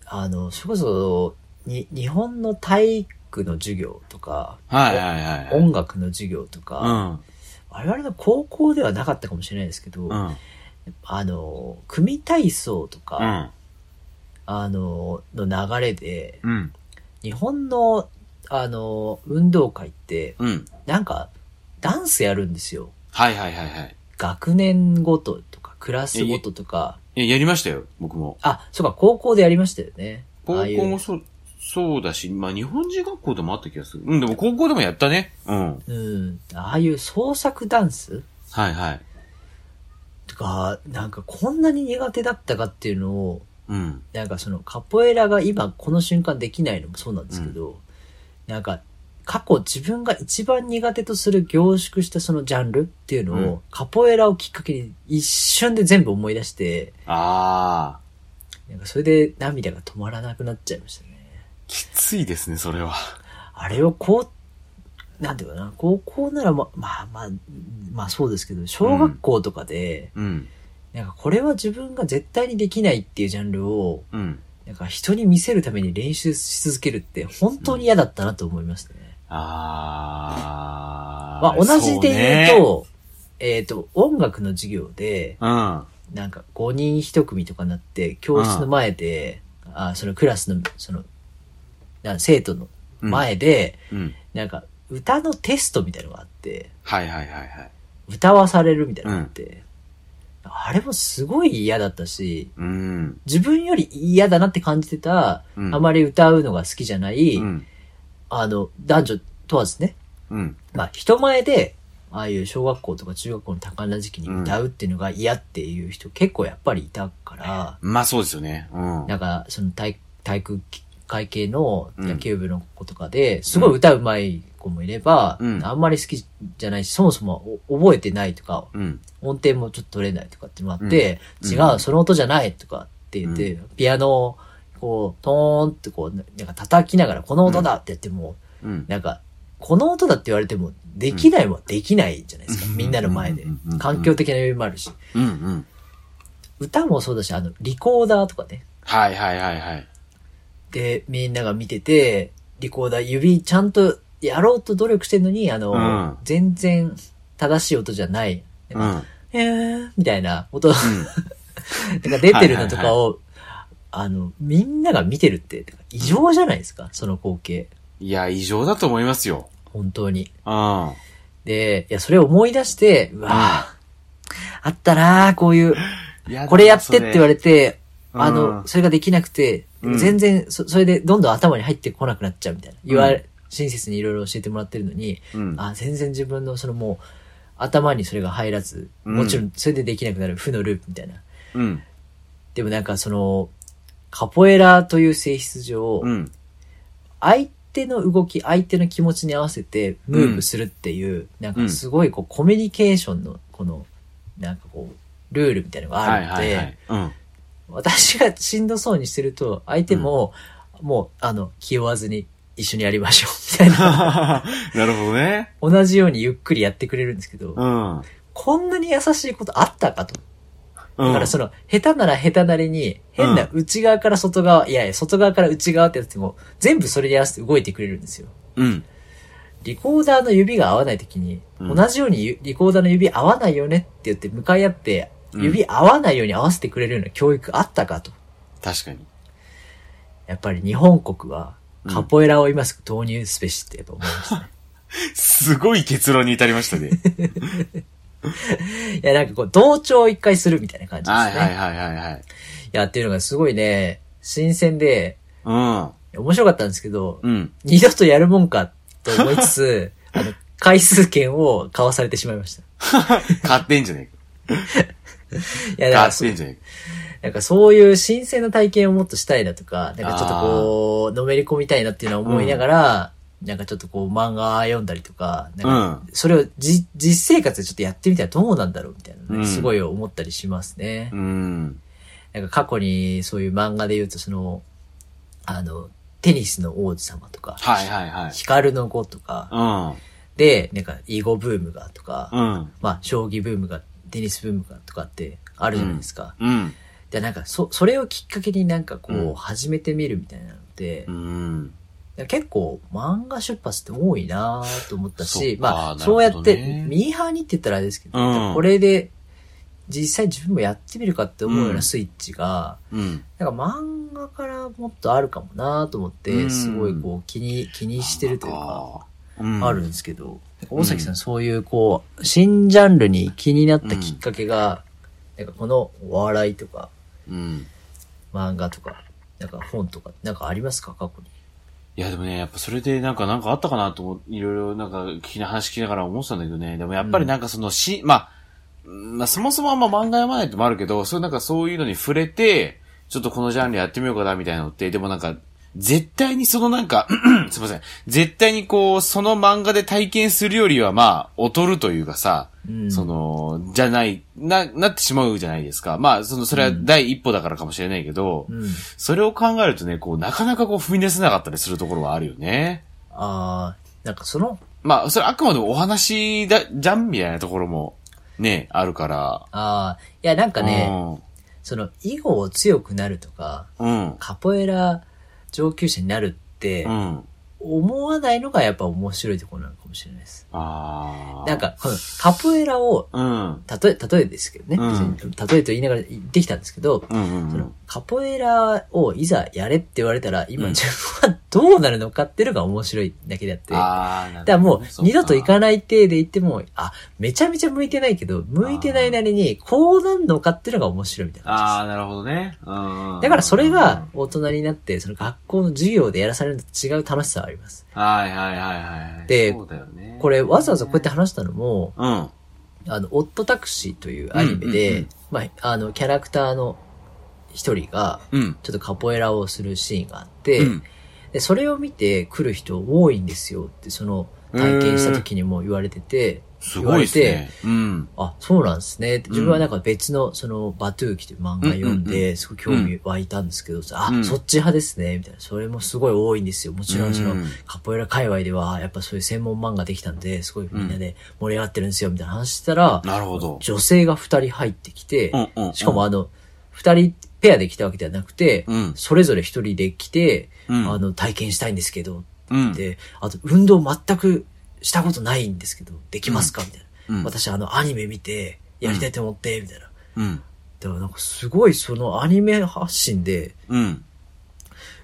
Speaker 2: あの、それこそ、に、日本の体育の授業とか、
Speaker 3: はいはいはいはい。
Speaker 2: 音楽の授業とか、我々の高校ではなかったかもしれないですけど、
Speaker 3: うん。うん。
Speaker 2: あの、組体操とか、
Speaker 3: うん。
Speaker 2: あの、の流れで、
Speaker 3: うん。
Speaker 2: 日本の、あの、運動会って、
Speaker 3: うん。
Speaker 2: なんか、ダンスやるんですよ。
Speaker 3: はいはいはいはい。
Speaker 2: 学年ごととか、クラスごととか、
Speaker 3: え、やりましたよ、僕も。
Speaker 2: あ、そうか、高校でやりましたよね。
Speaker 3: 高
Speaker 2: ああい
Speaker 3: 校
Speaker 2: う
Speaker 3: もそう、そうだし、まあ日本人学校でもあった気がする。うん、でも高校でもやったね。うん。
Speaker 2: うん、ああいう創作ダンス
Speaker 3: はいはい。
Speaker 2: とか、なんかこんなに苦手だったかっていうのを、
Speaker 3: うん。
Speaker 2: なんかそのカポエラが今この瞬間できないのもそうなんですけど、なんか過去自分が一番苦手とする凝縮したそのジャンルっていうのを、
Speaker 3: うん
Speaker 2: カポエラをきっかけに一瞬で全部思い出して、
Speaker 3: ああ、
Speaker 2: なんかそれで涙が止まらなくなっちゃいましたね。
Speaker 3: きついですね、それは。
Speaker 2: あれをこう、なんていうかな、高校ならま、まあまあ、まあそうですけど、小学校とかで、
Speaker 3: うん。
Speaker 2: なんかこれは自分が絶対にできないっていうジャンルを、
Speaker 3: うん。
Speaker 2: なんか人に見せるために練習し続けるって本当に嫌だったなと思いましたね。
Speaker 3: ああ。
Speaker 2: まあ、同じで言う
Speaker 3: そ
Speaker 2: と、えっ、と、音楽の授業で、
Speaker 3: うね、うん。
Speaker 2: なんか5人1組とかになって、教室の前で、あそのクラスの、その、な生徒の前で、
Speaker 3: うん。
Speaker 2: なんか歌のテストみたいなのがあって、
Speaker 3: はいはいはいはい。
Speaker 2: 歌わされるみたいなのがあ
Speaker 3: うん
Speaker 2: って、あれもすごい嫌だったし、
Speaker 3: うん。
Speaker 2: 自分より嫌だなって感じてた、
Speaker 3: うん
Speaker 2: あまり歌うのが好きじゃない、
Speaker 3: うん。
Speaker 2: あの、男女問わずね、
Speaker 3: うん。
Speaker 2: まあ人前で、ああいう小学校とか中学校の多感な時期に歌うっていうのが嫌っていう人結構やっぱりいたから、
Speaker 3: まあそうですよね。うん。
Speaker 2: なんかその体体育会系の野球部の子とかで、すごい歌うまい子もいれば、
Speaker 3: うん
Speaker 2: あんまり好きじゃないし、そもそもお覚えてないとか、
Speaker 3: うん。
Speaker 2: 音程もちょっと取れないとかっていうのがあって、
Speaker 3: うん
Speaker 2: 違
Speaker 3: う
Speaker 2: う、その音じゃないとかって言って、ピアノをこう、トーンってこう、なんか叩きながら、この音だって言っても、
Speaker 3: うん。
Speaker 2: なんか、この音だって言われても、できないはできないじゃないですか。みんなの前で
Speaker 3: うんうんうんう。ん
Speaker 2: 環境的な余裕もあるし。
Speaker 3: うん。うん。
Speaker 2: 歌もそうだし、あの、リコーダーとかね。
Speaker 3: はいはいはいはい。
Speaker 2: で、みんなが見てて、リコーダー指ちゃんとやろうと努力してるのに、あの、
Speaker 3: うん
Speaker 2: 全然正しい音じゃない。
Speaker 3: うん。うん。
Speaker 2: えー、みたいな音 <laughs> が出てるのとかを、あの、みんなが見てるって、異常じゃないですか、その光景。
Speaker 3: いや、異常だと思いますよ。
Speaker 2: 本当に。
Speaker 3: うん。
Speaker 2: で、いや、それを思い出して、うわあ、あったなあ、こういう、
Speaker 3: いや
Speaker 2: これやってって言われて、
Speaker 3: うん
Speaker 2: あの、それができなくて、
Speaker 3: うん
Speaker 2: 全然そ、それでどんどん頭に入ってこなくなっちゃうみたいな。言われ、
Speaker 3: う
Speaker 2: 親切にいろいろ教えてもらってるのに、
Speaker 3: うん。
Speaker 2: あ、全然自分のそのもう、頭にそれが入らず、
Speaker 3: うん
Speaker 2: もちろんそれでできなくなる負のループみたいな。
Speaker 3: うん。
Speaker 2: でもなんかその、カポエラという性質上、
Speaker 3: うん。
Speaker 2: 相手の動き、相手の気持ちに合わせてムーブするっていう、なんかすごいこうコミュニケーションのこの、なんかこう、ルールみたいなのがあ
Speaker 3: は
Speaker 2: る
Speaker 3: い
Speaker 2: の
Speaker 3: は
Speaker 2: で、
Speaker 3: いはい。
Speaker 2: <laughs>
Speaker 3: うん。
Speaker 2: 私がしんどそうにしてると、相手も、もう、あの、気負わずに一緒にやりましょう、み
Speaker 3: <laughs>
Speaker 2: たいな。
Speaker 3: なるほどね。
Speaker 2: 同じようにゆっくりやってくれるんですけど、
Speaker 3: うん。うん
Speaker 2: こんなに優しいことあったかと。だからその、下手なら下手なりに、変な内側から外側、いやいや、外側から内側ってやっても、全部それに合わせて動いてくれるんですよ。
Speaker 3: うん。
Speaker 2: リコーダーの指が合わないときに、
Speaker 3: うん
Speaker 2: 同じようにゆリコーダーの指合わないよねって言って向かい合って、
Speaker 3: うん
Speaker 2: 指合わないように合わせてくれるような教育あったかと。
Speaker 3: 確かに。
Speaker 2: やっぱり日本国は
Speaker 3: うん
Speaker 2: カポエラを今すぐ導入すべしってやっぱ思い
Speaker 3: <laughs>
Speaker 2: ましたね。
Speaker 3: すごい結論に至りまし
Speaker 2: <laughs>
Speaker 3: たね。
Speaker 2: いや、なんかこう、同調を一回するみたいな感じですね。
Speaker 3: はいはいいはいはいはい。
Speaker 2: や、っていうのがすごいね、新鮮で、
Speaker 3: うん。
Speaker 2: 面白かったんですけど、
Speaker 3: うん。
Speaker 2: 二度とやるもんかと思いつ
Speaker 3: <laughs>
Speaker 2: つ、あの、回数券を買わされてしまいました。
Speaker 3: 勝ってんじゃね
Speaker 2: いや、だ
Speaker 3: えか。
Speaker 2: から
Speaker 3: 勝ってんじゃね
Speaker 2: なんかそういう新鮮な体験をもっとしたいなとか、なんかちょっとこう、のめり込みたいなっていうのは思いながら、なんかちょっとこう漫画読んだりとか、
Speaker 3: え
Speaker 2: なんか
Speaker 3: か。
Speaker 2: それをじ実生活でちょっとやってみたらどうなんだろうみたいな、
Speaker 3: うん
Speaker 2: すごい思ったりしますね
Speaker 3: う。ん。うん。
Speaker 2: なんか過去にそういう漫画で言うとその、あの、テニスの王子様とか、
Speaker 3: はいはいはい。
Speaker 2: ヒカルの子とか、で、なんか囲碁ブームがとか、
Speaker 3: うん。うん。
Speaker 2: まあ将棋ブームが、テニスブームがとかってあるじゃないですか。
Speaker 3: うん。
Speaker 2: で、なんか、そ、それをきっかけになんかこ
Speaker 3: う
Speaker 2: う、
Speaker 3: ん
Speaker 2: 始めてみるみたいなので、
Speaker 3: うん。
Speaker 2: 結構漫画出発って多いなと思った
Speaker 3: そっ
Speaker 2: し、
Speaker 3: か
Speaker 2: まあ、
Speaker 3: なる
Speaker 2: そ
Speaker 3: ほど
Speaker 2: う
Speaker 3: ね
Speaker 2: やって、ミーハーにって言ったらあれですけど、
Speaker 3: うん
Speaker 2: これで、実際自分もやってみるかって思うよう
Speaker 3: う
Speaker 2: なんスイッチが、
Speaker 3: うん。
Speaker 2: なんか漫画からもっとあるかもなと思って、
Speaker 3: うん
Speaker 2: すごいこう気に、気にしてるというか、
Speaker 3: うん。
Speaker 2: あるんですけど、
Speaker 3: ん
Speaker 2: 大崎さんそういうこう、新ジャンルに気になったきっかけが、なんかこのお笑いとか、
Speaker 3: うん。
Speaker 2: 漫画とか、なんか本とか、なんかありますか過去に。
Speaker 3: いやでもね、やっぱそれでなんか、なんかあったかなと思いろいろなんか聞きな話聞きながら思ってたんだけどね。でもやっぱりなんかそのし、まあ、うんまあそもそもあんま漫画読まないってもあるけど、そういうなんかそういうのに触れて、ちょっとこのジャンルやってみようかなみたいなのって、でもなんか、絶対にそのなんか、 <clears throat> すいません。絶対にこう、その漫画で体験するよりはまあ、劣るというかさ、
Speaker 2: うん
Speaker 3: その、じゃない、な、なってしまうじゃないですか。まあ、その、それは第一歩だからかもしれないけど、
Speaker 2: うん。
Speaker 3: それを考えるとね、こう、なかなかこう、踏み出せなかったりするところはあるよね。
Speaker 2: ああ、なんかその、
Speaker 3: まあ、それあくまでもお話だ、じゃんみたいなところも、ね、あるから。
Speaker 2: ああ、いやなんかね、その、囲碁を強くなるとか、
Speaker 3: うん。うん。
Speaker 2: カポエラ上級者になるって
Speaker 3: う、ん。
Speaker 2: 思わないのがやっぱ面白いところなのかももしれないです。
Speaker 3: ああ。
Speaker 2: なん、か、このカポエラを、
Speaker 3: うん。
Speaker 2: 例え、例えですけどね。
Speaker 3: うん
Speaker 2: 別に例えと言いながら言ってきたんですけど、
Speaker 3: うんうん
Speaker 2: そ
Speaker 3: うん
Speaker 2: の。カポエラをいざやれって言われたら、今
Speaker 3: うん
Speaker 2: 自分はどうなるのかっていうのが面白いだけであって。
Speaker 3: ああ、だ
Speaker 2: だからもう二度と行かない体で行っても、あ、めちゃめちゃ向いてないけど、向いてないなりにこうなんのかっていうのが面白いみたいな
Speaker 3: あ
Speaker 2: 感
Speaker 3: あ、なるほどね。うんう
Speaker 2: じで
Speaker 3: ん。
Speaker 2: す。だからそれが大人になって、その学校の授業でやらされるのと違う楽しさはあります。
Speaker 3: はいはいはいはい。
Speaker 2: で
Speaker 3: そうだよね
Speaker 2: これわざわざこうやって、話したのも、
Speaker 3: うん。
Speaker 2: あの、オットタクシーというアニメ
Speaker 3: うんうんう
Speaker 2: で
Speaker 3: ん、
Speaker 2: まあ、あの、キャラクターの一人が、
Speaker 3: うん。
Speaker 2: ちょっとカポエラをするシーンがあって、
Speaker 3: うん
Speaker 2: で、それを見て来る人多いんですよって、その体験した時にも言われてて、
Speaker 3: すごいです
Speaker 2: 言われ
Speaker 3: ね。うん。
Speaker 2: あ、そうなんですねって。
Speaker 3: うん
Speaker 2: 自分はなんか別の、その、バトゥーキという漫画読ん
Speaker 3: うんうん
Speaker 2: で、すごい興味湧いたんですけど、
Speaker 3: う
Speaker 2: あ、
Speaker 3: ん
Speaker 2: そっち派ですね、みたいな。それもすごい多いんですよ。もちろんその
Speaker 3: うん、
Speaker 2: カポエラ界隈では、やっぱそういう専門漫画できたんで、すごいみんなで盛り上がってるんですよ、みたいな話したら、
Speaker 3: なるほど。
Speaker 2: 女性が二人入ってきて、
Speaker 3: うんうんうん
Speaker 2: しかもあの、二人ペアで来たわけではなくて、
Speaker 3: うん
Speaker 2: それぞれ一人で来て、
Speaker 3: うん
Speaker 2: あの、体験したいんですけど、
Speaker 3: うん
Speaker 2: で、あと、運動全くしたことないんですけど、できますかみたいな。
Speaker 3: うん
Speaker 2: 私、あの、アニメ見て、やりたいと思って、みたいな。
Speaker 3: うん。
Speaker 2: だから、なんか、すごい、その、アニメ発信で、
Speaker 3: うん。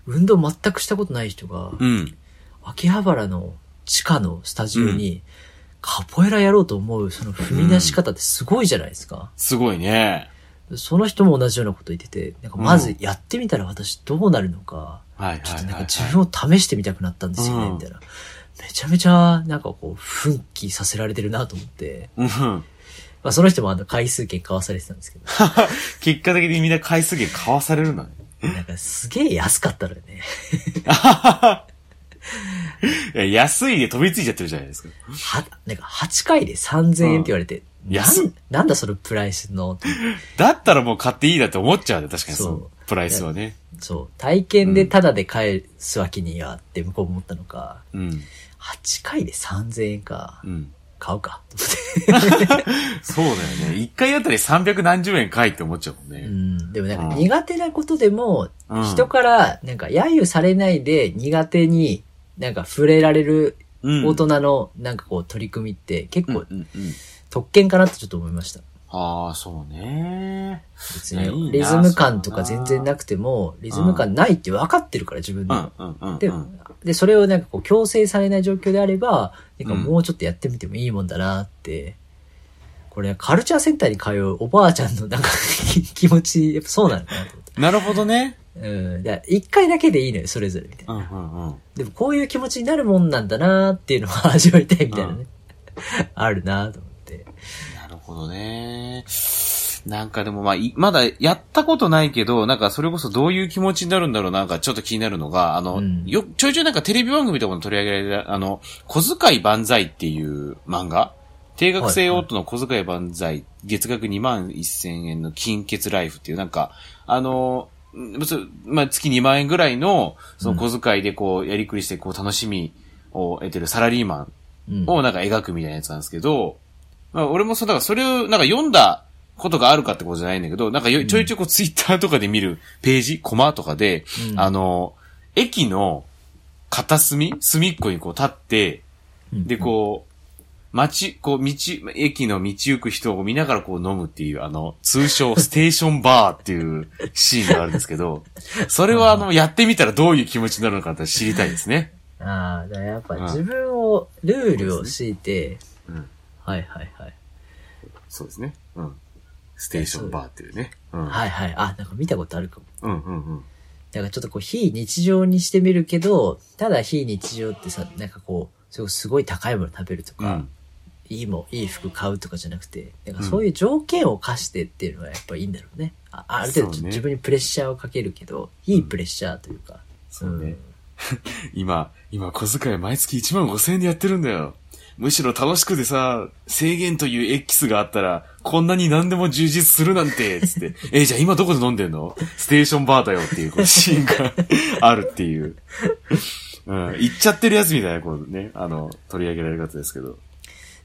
Speaker 2: 運動全くしたことない人が、
Speaker 3: うん。
Speaker 2: 秋葉原の地下のスタジオに、カポエラやろうと思う、その踏み出し方ってすごいじゃないですか。
Speaker 3: すごいね。
Speaker 2: その人も同じようなこと言ってて、なんか、
Speaker 3: うん
Speaker 2: まずやってみたら私どうなるのか、
Speaker 3: はい
Speaker 2: ちょっ
Speaker 3: は
Speaker 2: と
Speaker 3: い
Speaker 2: なん
Speaker 3: は
Speaker 2: か
Speaker 3: い。
Speaker 2: 自分を試してみたくなったんですよね、
Speaker 3: うん
Speaker 2: みたいな。めちゃめちゃ、なんかこう、奮起させられてるなと思って。
Speaker 3: うん。
Speaker 2: まあ、その人もあの、回数券買わされてたんですけど、
Speaker 3: <laughs> 結果的にみんな回数券買わされるんだね。
Speaker 2: なんかすげえ安かったのよね。
Speaker 3: いや安いで飛びついちゃってるじゃないですか。
Speaker 2: は、なんか8回で3000円って言われて、
Speaker 3: うん
Speaker 2: なん
Speaker 3: 安っ
Speaker 2: なんだそのプライスの、
Speaker 3: だったらもう買っていいだって思っちゃうね、確かにそ
Speaker 2: そう
Speaker 3: のプライスはね。
Speaker 2: そう、体験でタダで返すわけにはって向こう思ったのか、
Speaker 3: うん。
Speaker 2: 8回で3000円か
Speaker 3: う、ん。
Speaker 2: 買うか、と思って。
Speaker 3: そうだよね。一回あたり300何十円かいって思っちゃうもんね。
Speaker 2: うん、でもなんか
Speaker 3: うん
Speaker 2: 苦手なことでも、
Speaker 3: うん
Speaker 2: 人からなんか揶揄されないで苦手になんか触れられる
Speaker 3: うん
Speaker 2: 大人のなんかこう取り組みって結構
Speaker 3: うんうんうん
Speaker 2: 特権かなってちょっと思いました。
Speaker 3: ああ、そうね。
Speaker 2: 別
Speaker 3: いやいい
Speaker 2: に
Speaker 3: な
Speaker 2: リズム感とか全然なくても、リズム感ないって分かってるから自分
Speaker 3: う
Speaker 2: の
Speaker 3: ん、。うん、うん。
Speaker 2: で
Speaker 3: うん、
Speaker 2: で、それをなんかこう強制されない状況であれば、なんかもうちょっとやってみてもいいもんだなって。これカルチャーセンターに通うおばあちゃんのなんか <laughs> 気持ち、やっぱそうなのかなと思って。
Speaker 3: なるほどね。
Speaker 2: うん。だから一回だけでいいのよ、それぞれみたいな。
Speaker 3: うん、うん、うん。
Speaker 2: でもこういう気持ちになるもんなんだなっていうのを味わいたいみたいなね。あるなと思って。
Speaker 3: なるほどね。なんかでもまあ、いまだやったことないけど、なんかそれこそどういう気持ちになるんだろうなんかちょっと気になるのが、あの、
Speaker 2: うん
Speaker 3: よ、ちょいちょいなんかテレビ番組とかも取り上げられた、あの、小遣い万歳っていう漫画定額制オートの小遣い万歳、月額2万1000円の金欠ライフっていうなんか、あの、うんそうまあ、月2万円ぐらいの、その小遣いでこう、やりくりしてこう、楽しみを得てるサラリーマン
Speaker 2: うん。
Speaker 3: をなんか描くみたいなやつなんですけど、まあ俺もそう、だからそれをなんか読んだことがあるかってことじゃないんだけど、なんかよちょいちょいこうツイッターとかで見るページ、コマとかで、
Speaker 2: うん
Speaker 3: あの、駅の片隅隅っこにこう立って、
Speaker 2: うん
Speaker 3: でこう、街、こう道、駅の道行く人を見ながらこう飲むっていう、あの、通
Speaker 2: <laughs>
Speaker 3: 称ステーションバーっていうシーンがあるんですけど、それはあの、やってみたらどういう気持ちになるのかって知りたいですね。
Speaker 2: ああ、だからやっぱ自分を、ルールを敷いて、
Speaker 3: うん
Speaker 2: はいはいはい。
Speaker 3: そうですね。うん。ステーションバーっていうね。うん。
Speaker 2: はいはい。あ、なんか見たことあるかも。
Speaker 3: うんうんうん。
Speaker 2: だからちょっとこう非日常にしてみるけど、ただ非日常ってさ、なんかこう、それこそすごい高いもの食べると
Speaker 3: う
Speaker 2: か、
Speaker 3: ん。
Speaker 2: いいもん、いい服買うとかじゃなくて、なんかそういう条件を課してっていうのはやっぱいいんだろうね。あある程度
Speaker 3: そうね
Speaker 2: 自分にプレッシャーをかけるけど、いいプレッシャーというか。
Speaker 3: そうね。今、今、小遣い毎月1万5千円でやってるんだよ。むしろ楽しくてさ、制限というエッキスがあったら、こんなに何でも充実するなんて、つって。 <laughs> え、じゃあ今どこで飲んでんのステーションバーだよっていう、こう、シーンがあるっていう。うん。言っちゃってるやつみたいな、こうね、あの、取り上げられ方ですけど。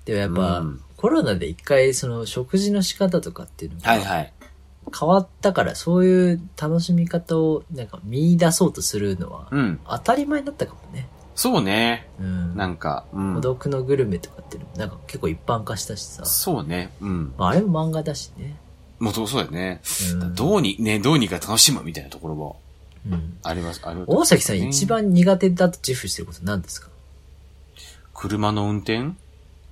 Speaker 2: でもやっぱ、
Speaker 3: うん
Speaker 2: コロナで一回その食事の仕方とかっていうのが
Speaker 3: はい。
Speaker 2: 変わったから、そういう楽しみ方をなんか見出そうとするのは
Speaker 3: うん。
Speaker 2: 当たり前になったかもね。
Speaker 3: そうね。
Speaker 2: うん。
Speaker 3: なんか、う
Speaker 2: 孤
Speaker 3: ん。
Speaker 2: 独のグルメとかっていうのもなんか結構一般化したしさ。
Speaker 3: そうね。うん。
Speaker 2: まあ、あれも漫画だしね。
Speaker 3: もともそうだよね。
Speaker 2: うん
Speaker 3: どうに、ね、どうにか楽しむみたいなところも
Speaker 2: うん。
Speaker 3: あります。ある
Speaker 2: 大崎さん一番苦手だと自負してること何ですか
Speaker 3: 車の運転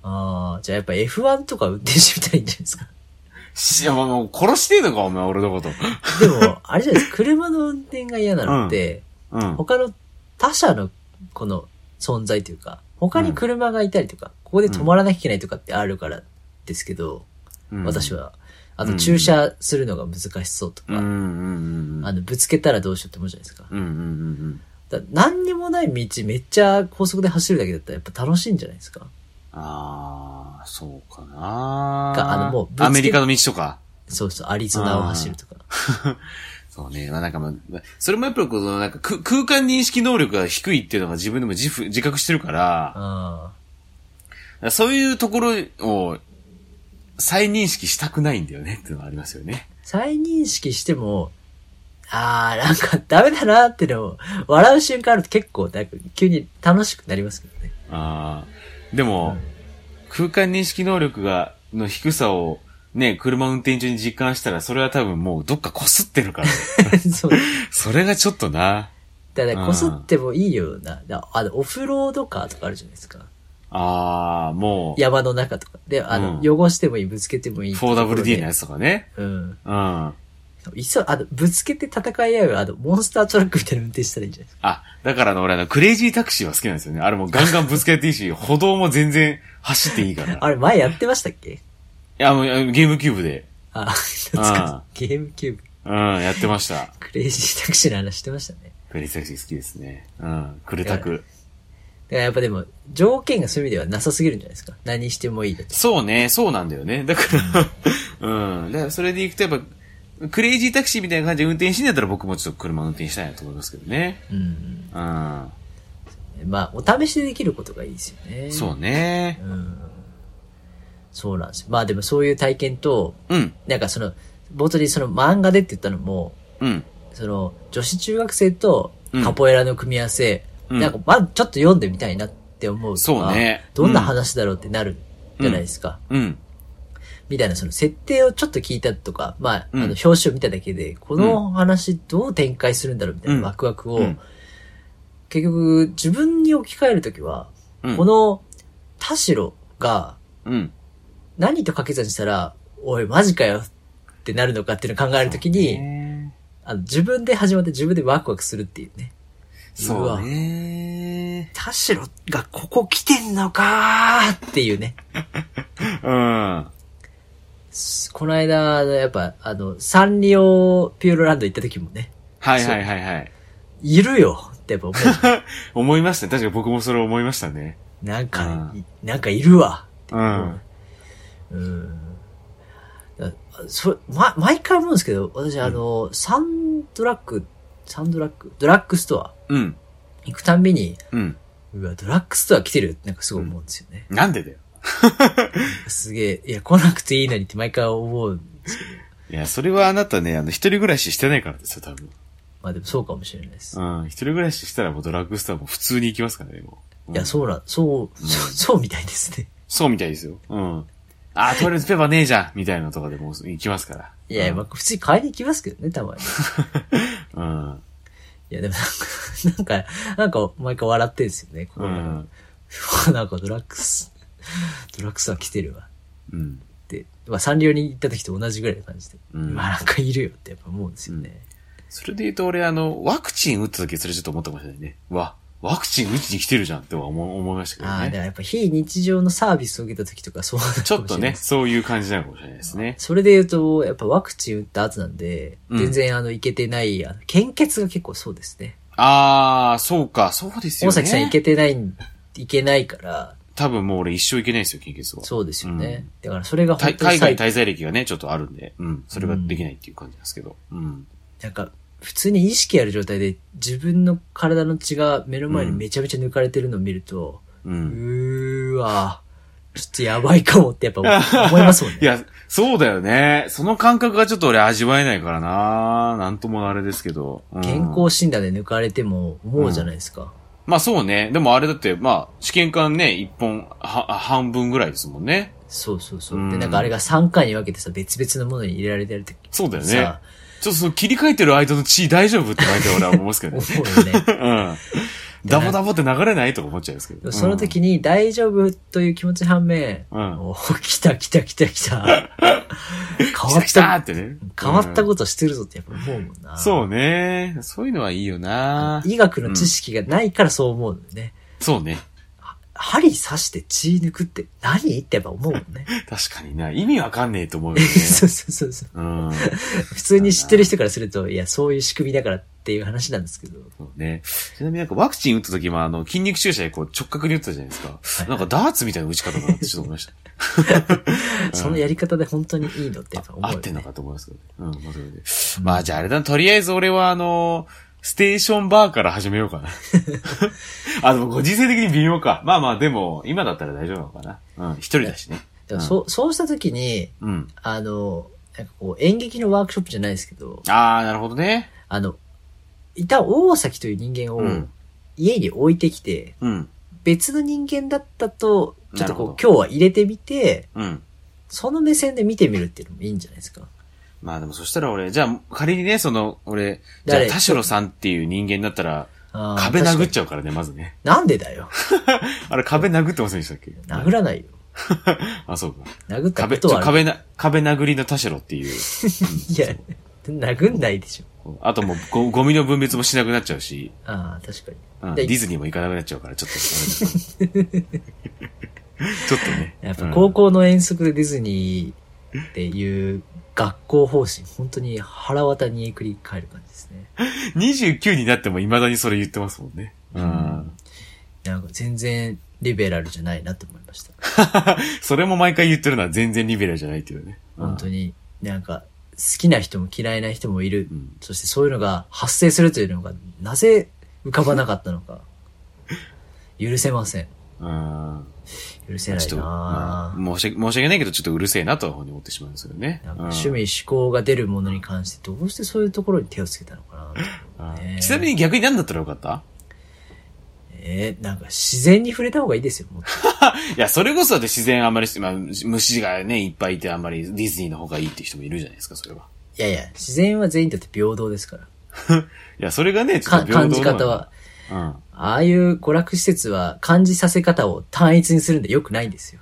Speaker 2: ああ、じゃあやっぱ F1 とか運転してみたらいいんじゃないで
Speaker 3: <laughs>
Speaker 2: すか。
Speaker 3: し、お前もう殺してんのか、お前、俺のこと。
Speaker 2: でも、あれじゃないですか、車の運転が嫌なのって、
Speaker 3: うん。
Speaker 2: 他の他者のこの存在というか、他に車がいたりとか、ここで止まらなきゃいけないとかってあるからですけど、
Speaker 3: うん
Speaker 2: 私。は。あと駐車するのが難しそうと
Speaker 3: うん
Speaker 2: か、
Speaker 3: うんうんうん。
Speaker 2: あの、ぶつけたらどうしようって思うじゃないですか。
Speaker 3: うんうんうんうん。
Speaker 2: だ何にもない道めっちゃ高速で走るだけだったらやっぱ楽しいんじゃないですか
Speaker 3: あー、そうかな
Speaker 2: があのもうぶつけ
Speaker 3: アメリカの道とか。
Speaker 2: そうそう、アリゾナを走るとか。
Speaker 3: そうね。まあなんかまあ、それもやっぱりこのなんか空空間認識能力が低いっていうのが自分でも自負、自覚してるから、
Speaker 2: あ
Speaker 3: そういうところを再認識したくないんだよねっていうのはありますよね。
Speaker 2: ー再認識しても、あー、なんかダメだなってのを、笑う瞬間あると結構、なんか急に楽しくなりますけどね。 <laughs>
Speaker 3: ああ。でも、空間認識能力が、の低さを、ね、車運転中に実感したら、それは多分もうどっか擦っ
Speaker 2: <laughs>
Speaker 3: てるから。
Speaker 2: そう。
Speaker 3: それがちょっとな。
Speaker 2: だから、こすってもいいような、だあの、オフロードカーとかあるじゃないですか。
Speaker 3: ああ、もう、
Speaker 2: 山の中とか。で、あの、
Speaker 3: う
Speaker 2: 汚してもいい、ぶつけてもいい。
Speaker 3: 4WD のや
Speaker 2: つ。
Speaker 3: つとかね。
Speaker 2: うん。
Speaker 3: うん。あ、
Speaker 2: いっそ、あの、ぶつけて戦い合う、あの、モンスタートラックみたいな運転したらいいんじゃないですか。
Speaker 3: だからあの、俺あの、クレイジータクシーは好きなんですよね。あれもうガンガンぶつけてい
Speaker 2: <laughs>
Speaker 3: いし、歩道も全然走っていいから。い
Speaker 2: あれ、前やってましたっけ
Speaker 3: や、もうあのゲームキューブで、
Speaker 2: あ、懐かしい。ゲームキューブ、
Speaker 3: うん、やってました。
Speaker 2: クレイジータクシーの話してましたね。
Speaker 3: クレイジータクシー好きですね。うん、クレタク。
Speaker 2: だからやっぱでも、条件がそういう意味ではなさすぎるんじゃないですか。何してもいいだと。
Speaker 3: そうね、そうなんだよね。だから、うん。だからそれで行くとやっぱ、クレイジータクシーみたいな感じで運転しんだったら僕もちょっと車運転したいなと思いますけどね。
Speaker 2: うん。
Speaker 3: うん。
Speaker 2: まあ、お試しでできることがいいですよね。
Speaker 3: そう。ね。
Speaker 2: うん。そうなんですよ。まあでもそういう体験と、
Speaker 3: うん。
Speaker 2: なんかその、冒頭にその漫画でって言ったのも、
Speaker 3: うん。
Speaker 2: その、女子中学生とカポエラの組み合わせ、
Speaker 3: うん
Speaker 2: なんかまあちょっと読んでみたいなって思うとか
Speaker 3: そうね
Speaker 2: どんな話だろうってなるじゃないですか。
Speaker 3: うん。
Speaker 2: みたいな、その設定をちょっと聞いたとか、まあ、
Speaker 3: うん
Speaker 2: あの、表紙を見ただけで、この話どう展開するんだろうみたい
Speaker 3: うん
Speaker 2: なワクワクを、
Speaker 3: うん
Speaker 2: 結局、自分に置き換えるときは、
Speaker 3: うん
Speaker 2: この、田代が、
Speaker 3: うん。
Speaker 2: 何と掛け算したら、おい、マジかよってなるのかっていうのを考えるときに、
Speaker 3: ね
Speaker 2: あの、自分で始まって自分でワクワクするっていうね。う
Speaker 3: そう
Speaker 2: わ
Speaker 3: ね。
Speaker 2: 田代がここ来てんのかーっていうね。
Speaker 3: うん。
Speaker 2: すこの間、あのやっぱ、あの、サンリオピューロランド行った時もね、
Speaker 3: はいはいはいはい。
Speaker 2: いるよってやっぱ思う。
Speaker 3: 思いましたね。確かに僕もそれ思いましたね。
Speaker 2: なんか
Speaker 3: う、
Speaker 2: いなんかいるわ。
Speaker 3: うん。
Speaker 2: うん。だそま、毎回思うんですけど、私、あの、サンドラッグ、サンドラッグ、ドラッグストア
Speaker 3: うん。
Speaker 2: 行くたんびに、
Speaker 3: うん。
Speaker 2: うわ、ドラッグストア来てるってなんかすごい思うんですよね。
Speaker 3: なんでだよ。
Speaker 2: すげえ、いや、来なくていいのにって毎回思う。
Speaker 3: いや、それはあなたね、あの、一人暮らししてないからですよ、多分。
Speaker 2: まあでもそうかもしれないです。
Speaker 3: うん。一人暮らししたらもうドラッグストアも普通に行きますからね、もう。うん
Speaker 2: いや、そうな、そう、そうそうみたいですね。
Speaker 3: そうみたいですよ。うん。あー、トイレットペーパーねえじゃんみたいなのとかでもう行きますから。
Speaker 2: いや、まあ、普通に買いに行きますけどね、たまに。
Speaker 3: うん。
Speaker 2: いや、でもなんか、 <laughs> なんか、なんか、毎回笑ってんですよね、こ
Speaker 3: う
Speaker 2: こなんか
Speaker 3: ん。
Speaker 2: う <laughs> わなんかドラッグス、ドラッグスは来てるわ
Speaker 3: うん。
Speaker 2: って、まあサンリオに行った時と同じぐらいの感じで、
Speaker 3: うん
Speaker 2: まあなんかいるよってやっぱ思うんですよね。
Speaker 3: それで言うと俺、あの、ワクチン打った時それちょっと思ったかもしれないね。うわ、ワクチン打ちに来てるじゃんっては思思いましたけ
Speaker 2: ああ、
Speaker 3: ど
Speaker 2: だか
Speaker 3: ね。
Speaker 2: らやっぱ非日常のサービスを受けた時とかそうなのかもし
Speaker 3: ち
Speaker 2: れ
Speaker 3: ょっ
Speaker 2: ない
Speaker 3: とね、そういう感じなのかもしれないですね。
Speaker 2: それで言うと、やっぱワクチン打った後なんで、
Speaker 3: うん
Speaker 2: 全然あの、いけてない、あの、献血が結構そうですね。
Speaker 3: あー、そうか、そうですよ
Speaker 2: 大
Speaker 3: ね。
Speaker 2: 崎さんいけてない、いけないから、
Speaker 3: 多分もう俺一生いけないですよ、献血は。
Speaker 2: そうですよね。
Speaker 3: うん
Speaker 2: だからそれが本
Speaker 3: 海
Speaker 2: 当に
Speaker 3: 海外
Speaker 2: 最
Speaker 3: 滞在歴がね、ちょっとあるんで、うん、それができないっていう感じなんですけど。うん。
Speaker 2: なんか、普通に意識ある状態で自分の体の血が目の前にめちゃめちゃ抜かれてるのを見ると、
Speaker 3: う。
Speaker 2: うんーわーちょっとやばいかもってやっぱ
Speaker 3: <laughs>
Speaker 2: 思思いますもんね。
Speaker 3: いや、そうだよね。その感覚がちょっと俺味わえないからななんともあれですけど。うん
Speaker 2: 健康診断で抜かれても思うじゃないですか。
Speaker 3: まあそうね。でもあれだって、まあ、試験管ね、一本、は、半分ぐらいですもんね。
Speaker 2: そうそうそう。
Speaker 3: うん
Speaker 2: で、なんかあれが3回に分けてさ、別々のものに入れられてるって
Speaker 3: そうだよね。ちょ
Speaker 2: さ
Speaker 3: っとその切り替えてる間の血大丈夫って毎回俺は思うんですけど
Speaker 2: 思 <laughs>
Speaker 3: ね。
Speaker 2: うよ
Speaker 3: <laughs>
Speaker 2: ね。
Speaker 3: うん。ダボダボって流れないとか思っちゃうんですけ
Speaker 2: で
Speaker 3: ど。
Speaker 2: もその時に大丈夫という気持ち反面、
Speaker 3: うん
Speaker 2: お来た来た来た来
Speaker 3: <laughs>
Speaker 2: た。変わ
Speaker 3: うん、
Speaker 2: っ
Speaker 3: 来た来た
Speaker 2: た
Speaker 3: っ、てね。
Speaker 2: 変わった
Speaker 3: こ
Speaker 2: ことしてるぞってやっぱ思うもんな。
Speaker 3: そうね。そういうのはいいよな
Speaker 2: 医学の知識がないからそう思うのよね。
Speaker 3: そうね。
Speaker 2: 針刺して血抜くって何ってやっぱ思うもんね。
Speaker 3: 確かにな。意味わかんねえと思うよね。
Speaker 2: <laughs> そうそうそうそう。
Speaker 3: うん。
Speaker 2: 普通に知ってる人からすると、いや、そういう仕組みだからっていう話なんですけど。
Speaker 3: そうね。ちなみになんかワクチン打った時もあの、筋肉注射でこう直角に打ってたじゃないですか。なんかダーツみたいな打ち方だなってちょっと思いま
Speaker 2: <laughs>
Speaker 3: した。
Speaker 2: そのやり方で本当にいいのってやっぱ思う、
Speaker 3: 合
Speaker 2: ね。
Speaker 3: ってんのかと思いますけどね。うん、まあそれで。まあじゃああれだな、とりあえず俺はあの、ステーションバーから始めようか
Speaker 2: <laughs>
Speaker 3: な。あ、でもご時世的に微妙か。まあまあでも、今だったら大丈夫なのかな。うん、一人だしね。
Speaker 2: でもそう、そうした時に、
Speaker 3: うん。
Speaker 2: あの、なんかこう、演劇のワークショップじゃないですけど、
Speaker 3: あー、なるほどね。
Speaker 2: あの、いた大崎という人間
Speaker 3: う
Speaker 2: を
Speaker 3: ん。
Speaker 2: 家に置いてきて、
Speaker 3: うん。
Speaker 2: 別の人間だったと、ちょっと
Speaker 3: なる
Speaker 2: こ
Speaker 3: ほ
Speaker 2: う、今日は入れてみて、
Speaker 3: うん。
Speaker 2: その目線で見てみるっていうのもいいんじゃないですか。
Speaker 3: まあでもそしたら俺、じゃあ仮にね、その、俺、じゃあ
Speaker 2: 誰
Speaker 3: 田代さんっていう人間だったら、
Speaker 2: あー
Speaker 3: 壁殴っ
Speaker 2: 確か
Speaker 3: ちゃうからね、まずね。
Speaker 2: になんでだよ。
Speaker 3: あれ壁殴ってませんでしたっけ
Speaker 2: 殴らないよ。
Speaker 3: あ、そうか。
Speaker 2: 殴ったこ
Speaker 3: 壁、
Speaker 2: と
Speaker 3: ちょ
Speaker 2: はある。
Speaker 3: 壁な、壁殴りの田代ってい
Speaker 2: い
Speaker 3: う。
Speaker 2: や、殴んないでしょ。
Speaker 3: あともうゴ、ゴミの分別もしなくなっちゃうし、
Speaker 2: ああ、確かに。
Speaker 3: うん、デ
Speaker 2: で
Speaker 3: ィズニーも行かなくなっちゃうから、ちょっと。ち <laughs> ょっとね。
Speaker 2: やっ
Speaker 3: う
Speaker 2: ぱ
Speaker 3: ん
Speaker 2: 高校の遠足でディズニーっていう学校方針、本当に腹渡に繰り返る感じですね。
Speaker 3: 29になっても未だにそれ言ってますもんね。うん。
Speaker 2: なんか全然リベラルじゃないなと思いました。
Speaker 3: それも毎回言ってるのは全然リベラルじゃないっていうね。うん
Speaker 2: 本当になんか好きな人も嫌いな人もいる。
Speaker 3: うん
Speaker 2: そしてそういうのが発生するというのがなぜ浮かばなかったのか。許せません。
Speaker 3: うん。
Speaker 2: 許せない
Speaker 3: ちょっと、
Speaker 2: な
Speaker 3: まあ
Speaker 2: ぁ
Speaker 3: 申し訳、申し訳ないけど、ちょっとうるせえなとは思ってしまうんですけどね。
Speaker 2: なんか
Speaker 3: うん
Speaker 2: 趣味思考が出るものに関してどうしてそういうところに手をつけたのかなって思うね
Speaker 3: うんちなみに逆に何だったらよかった
Speaker 2: えーなんか自然に触れた方がいいですよ、もっと
Speaker 3: いや、それこそだって自然あんまりし、まあ、虫がね、いっぱいいてあんまりディズニーの方がいいって人もいるじゃないですか、それは。
Speaker 2: いやいや、自然は全員だって平等ですから。
Speaker 3: いや、それがね、ちょっ
Speaker 2: か
Speaker 3: と平等な
Speaker 2: 感
Speaker 3: の
Speaker 2: じ方は。。
Speaker 3: うん。
Speaker 2: ああいう娯楽施設は感じさせ方を単一にするんでよくないんですよ。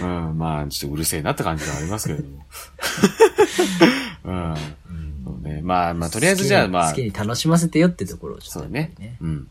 Speaker 3: うん、まあ、ちょっとうるせえなって感じがありますけれど
Speaker 2: <laughs>
Speaker 3: も。うん。そうね。まあ、まあ、とりあえずじゃあ、
Speaker 2: 好きに
Speaker 3: まあ
Speaker 2: 好き、に楽しませてよってところをちょ
Speaker 3: そ
Speaker 2: っ
Speaker 3: う
Speaker 2: とやっ
Speaker 3: ね
Speaker 2: ぱりね。。
Speaker 3: うん。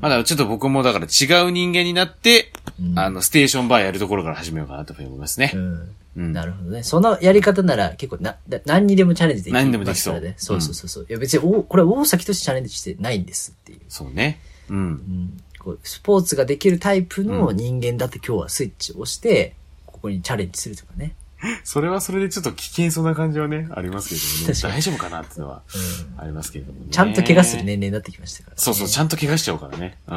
Speaker 3: まだちょっと僕もだから違う人間になって、
Speaker 2: うん
Speaker 3: あの、ステーションバーやるところから始めようかなと思いますね
Speaker 2: う。ん。
Speaker 3: うん。
Speaker 2: なるほどね。そのやり方なら結構な、な何にでもチャレンジできる。
Speaker 3: 何にでもできそう
Speaker 2: ね。そうそうそうそう。いや別にお、これ大崎としてチャレンジしてないんですっていう。
Speaker 3: そうね。うん。
Speaker 2: うんこうスポーツができるタイプ
Speaker 3: う
Speaker 2: の
Speaker 3: ん
Speaker 2: 人間だって今日はスイッチを押して、ここにチャレンジするとかね。
Speaker 3: それはそれでちょっと危険そうな感じはね、ありますけれ
Speaker 2: 確か
Speaker 3: ども
Speaker 2: に
Speaker 3: ね。大丈夫かなっていうのは
Speaker 2: うん
Speaker 3: ありますけれどもね。
Speaker 2: ちゃんと怪我する年齢になってきましたから、
Speaker 3: そうそう、ち
Speaker 2: ゃん
Speaker 3: ゃんと怪我しちゃうからね。
Speaker 2: <laughs>
Speaker 3: うん。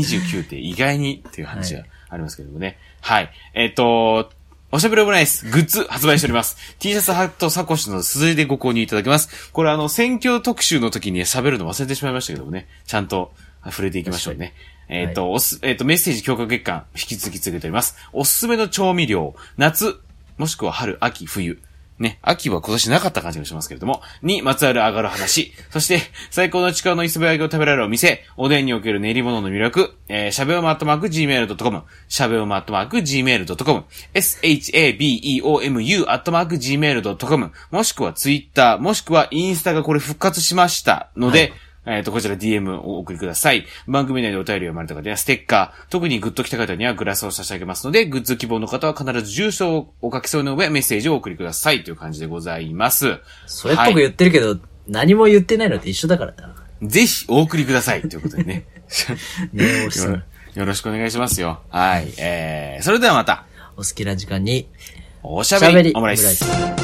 Speaker 3: 29って意外にっていう話がありますけどもね。はい。えっ、と、おしゃべりオムライス、グッズ発売しております。T シャツ、ハット、サコッシュの続いでご購入いただけます。これあの、選挙特集の時に喋るの忘れてしまいましたけどもね。ちゃんと触れていきましょうね。えっ、と、おす、えっ、と、メッセージ強化月間、引き続き続けております。おすすめの調味料、夏、もしくは春、秋、冬。ね、秋は今年なかった感じがしますけれども、にまつわる上がる話、そして、最高の力の磯辺揚げを食べられるお店、おでんにおける練り物の魅力、えー、しゃべおまアットマーク gmail.com、しゃべおまアットマーク gmail.com、shabeomu アットマーク gmail.com、もしくはツイッター、もしくはインスタがこれ復活しましたので、えっ、と、こちら DM をお送りください。番組内でお便りを読まれた方やステッカー、特にグッと来た方にはグラスを差し上げますので、グッズ希望の方は必ず住所をお書き添えの上、メッセージをお送りくださいという感じでございます。
Speaker 2: それっぽく言ってるけど、何も言ってないのって一緒だからな。
Speaker 3: ぜひお送りくださいということで <laughs> ね。
Speaker 2: ね
Speaker 3: <laughs>
Speaker 2: え、おしさ
Speaker 3: よろ
Speaker 2: ん。
Speaker 3: よろしくお願いしますよ。はい。えー、それではまた、
Speaker 2: お好きな時間に、
Speaker 3: おしゃべりオムライ
Speaker 2: お
Speaker 3: ス。
Speaker 2: しゃべりオムライス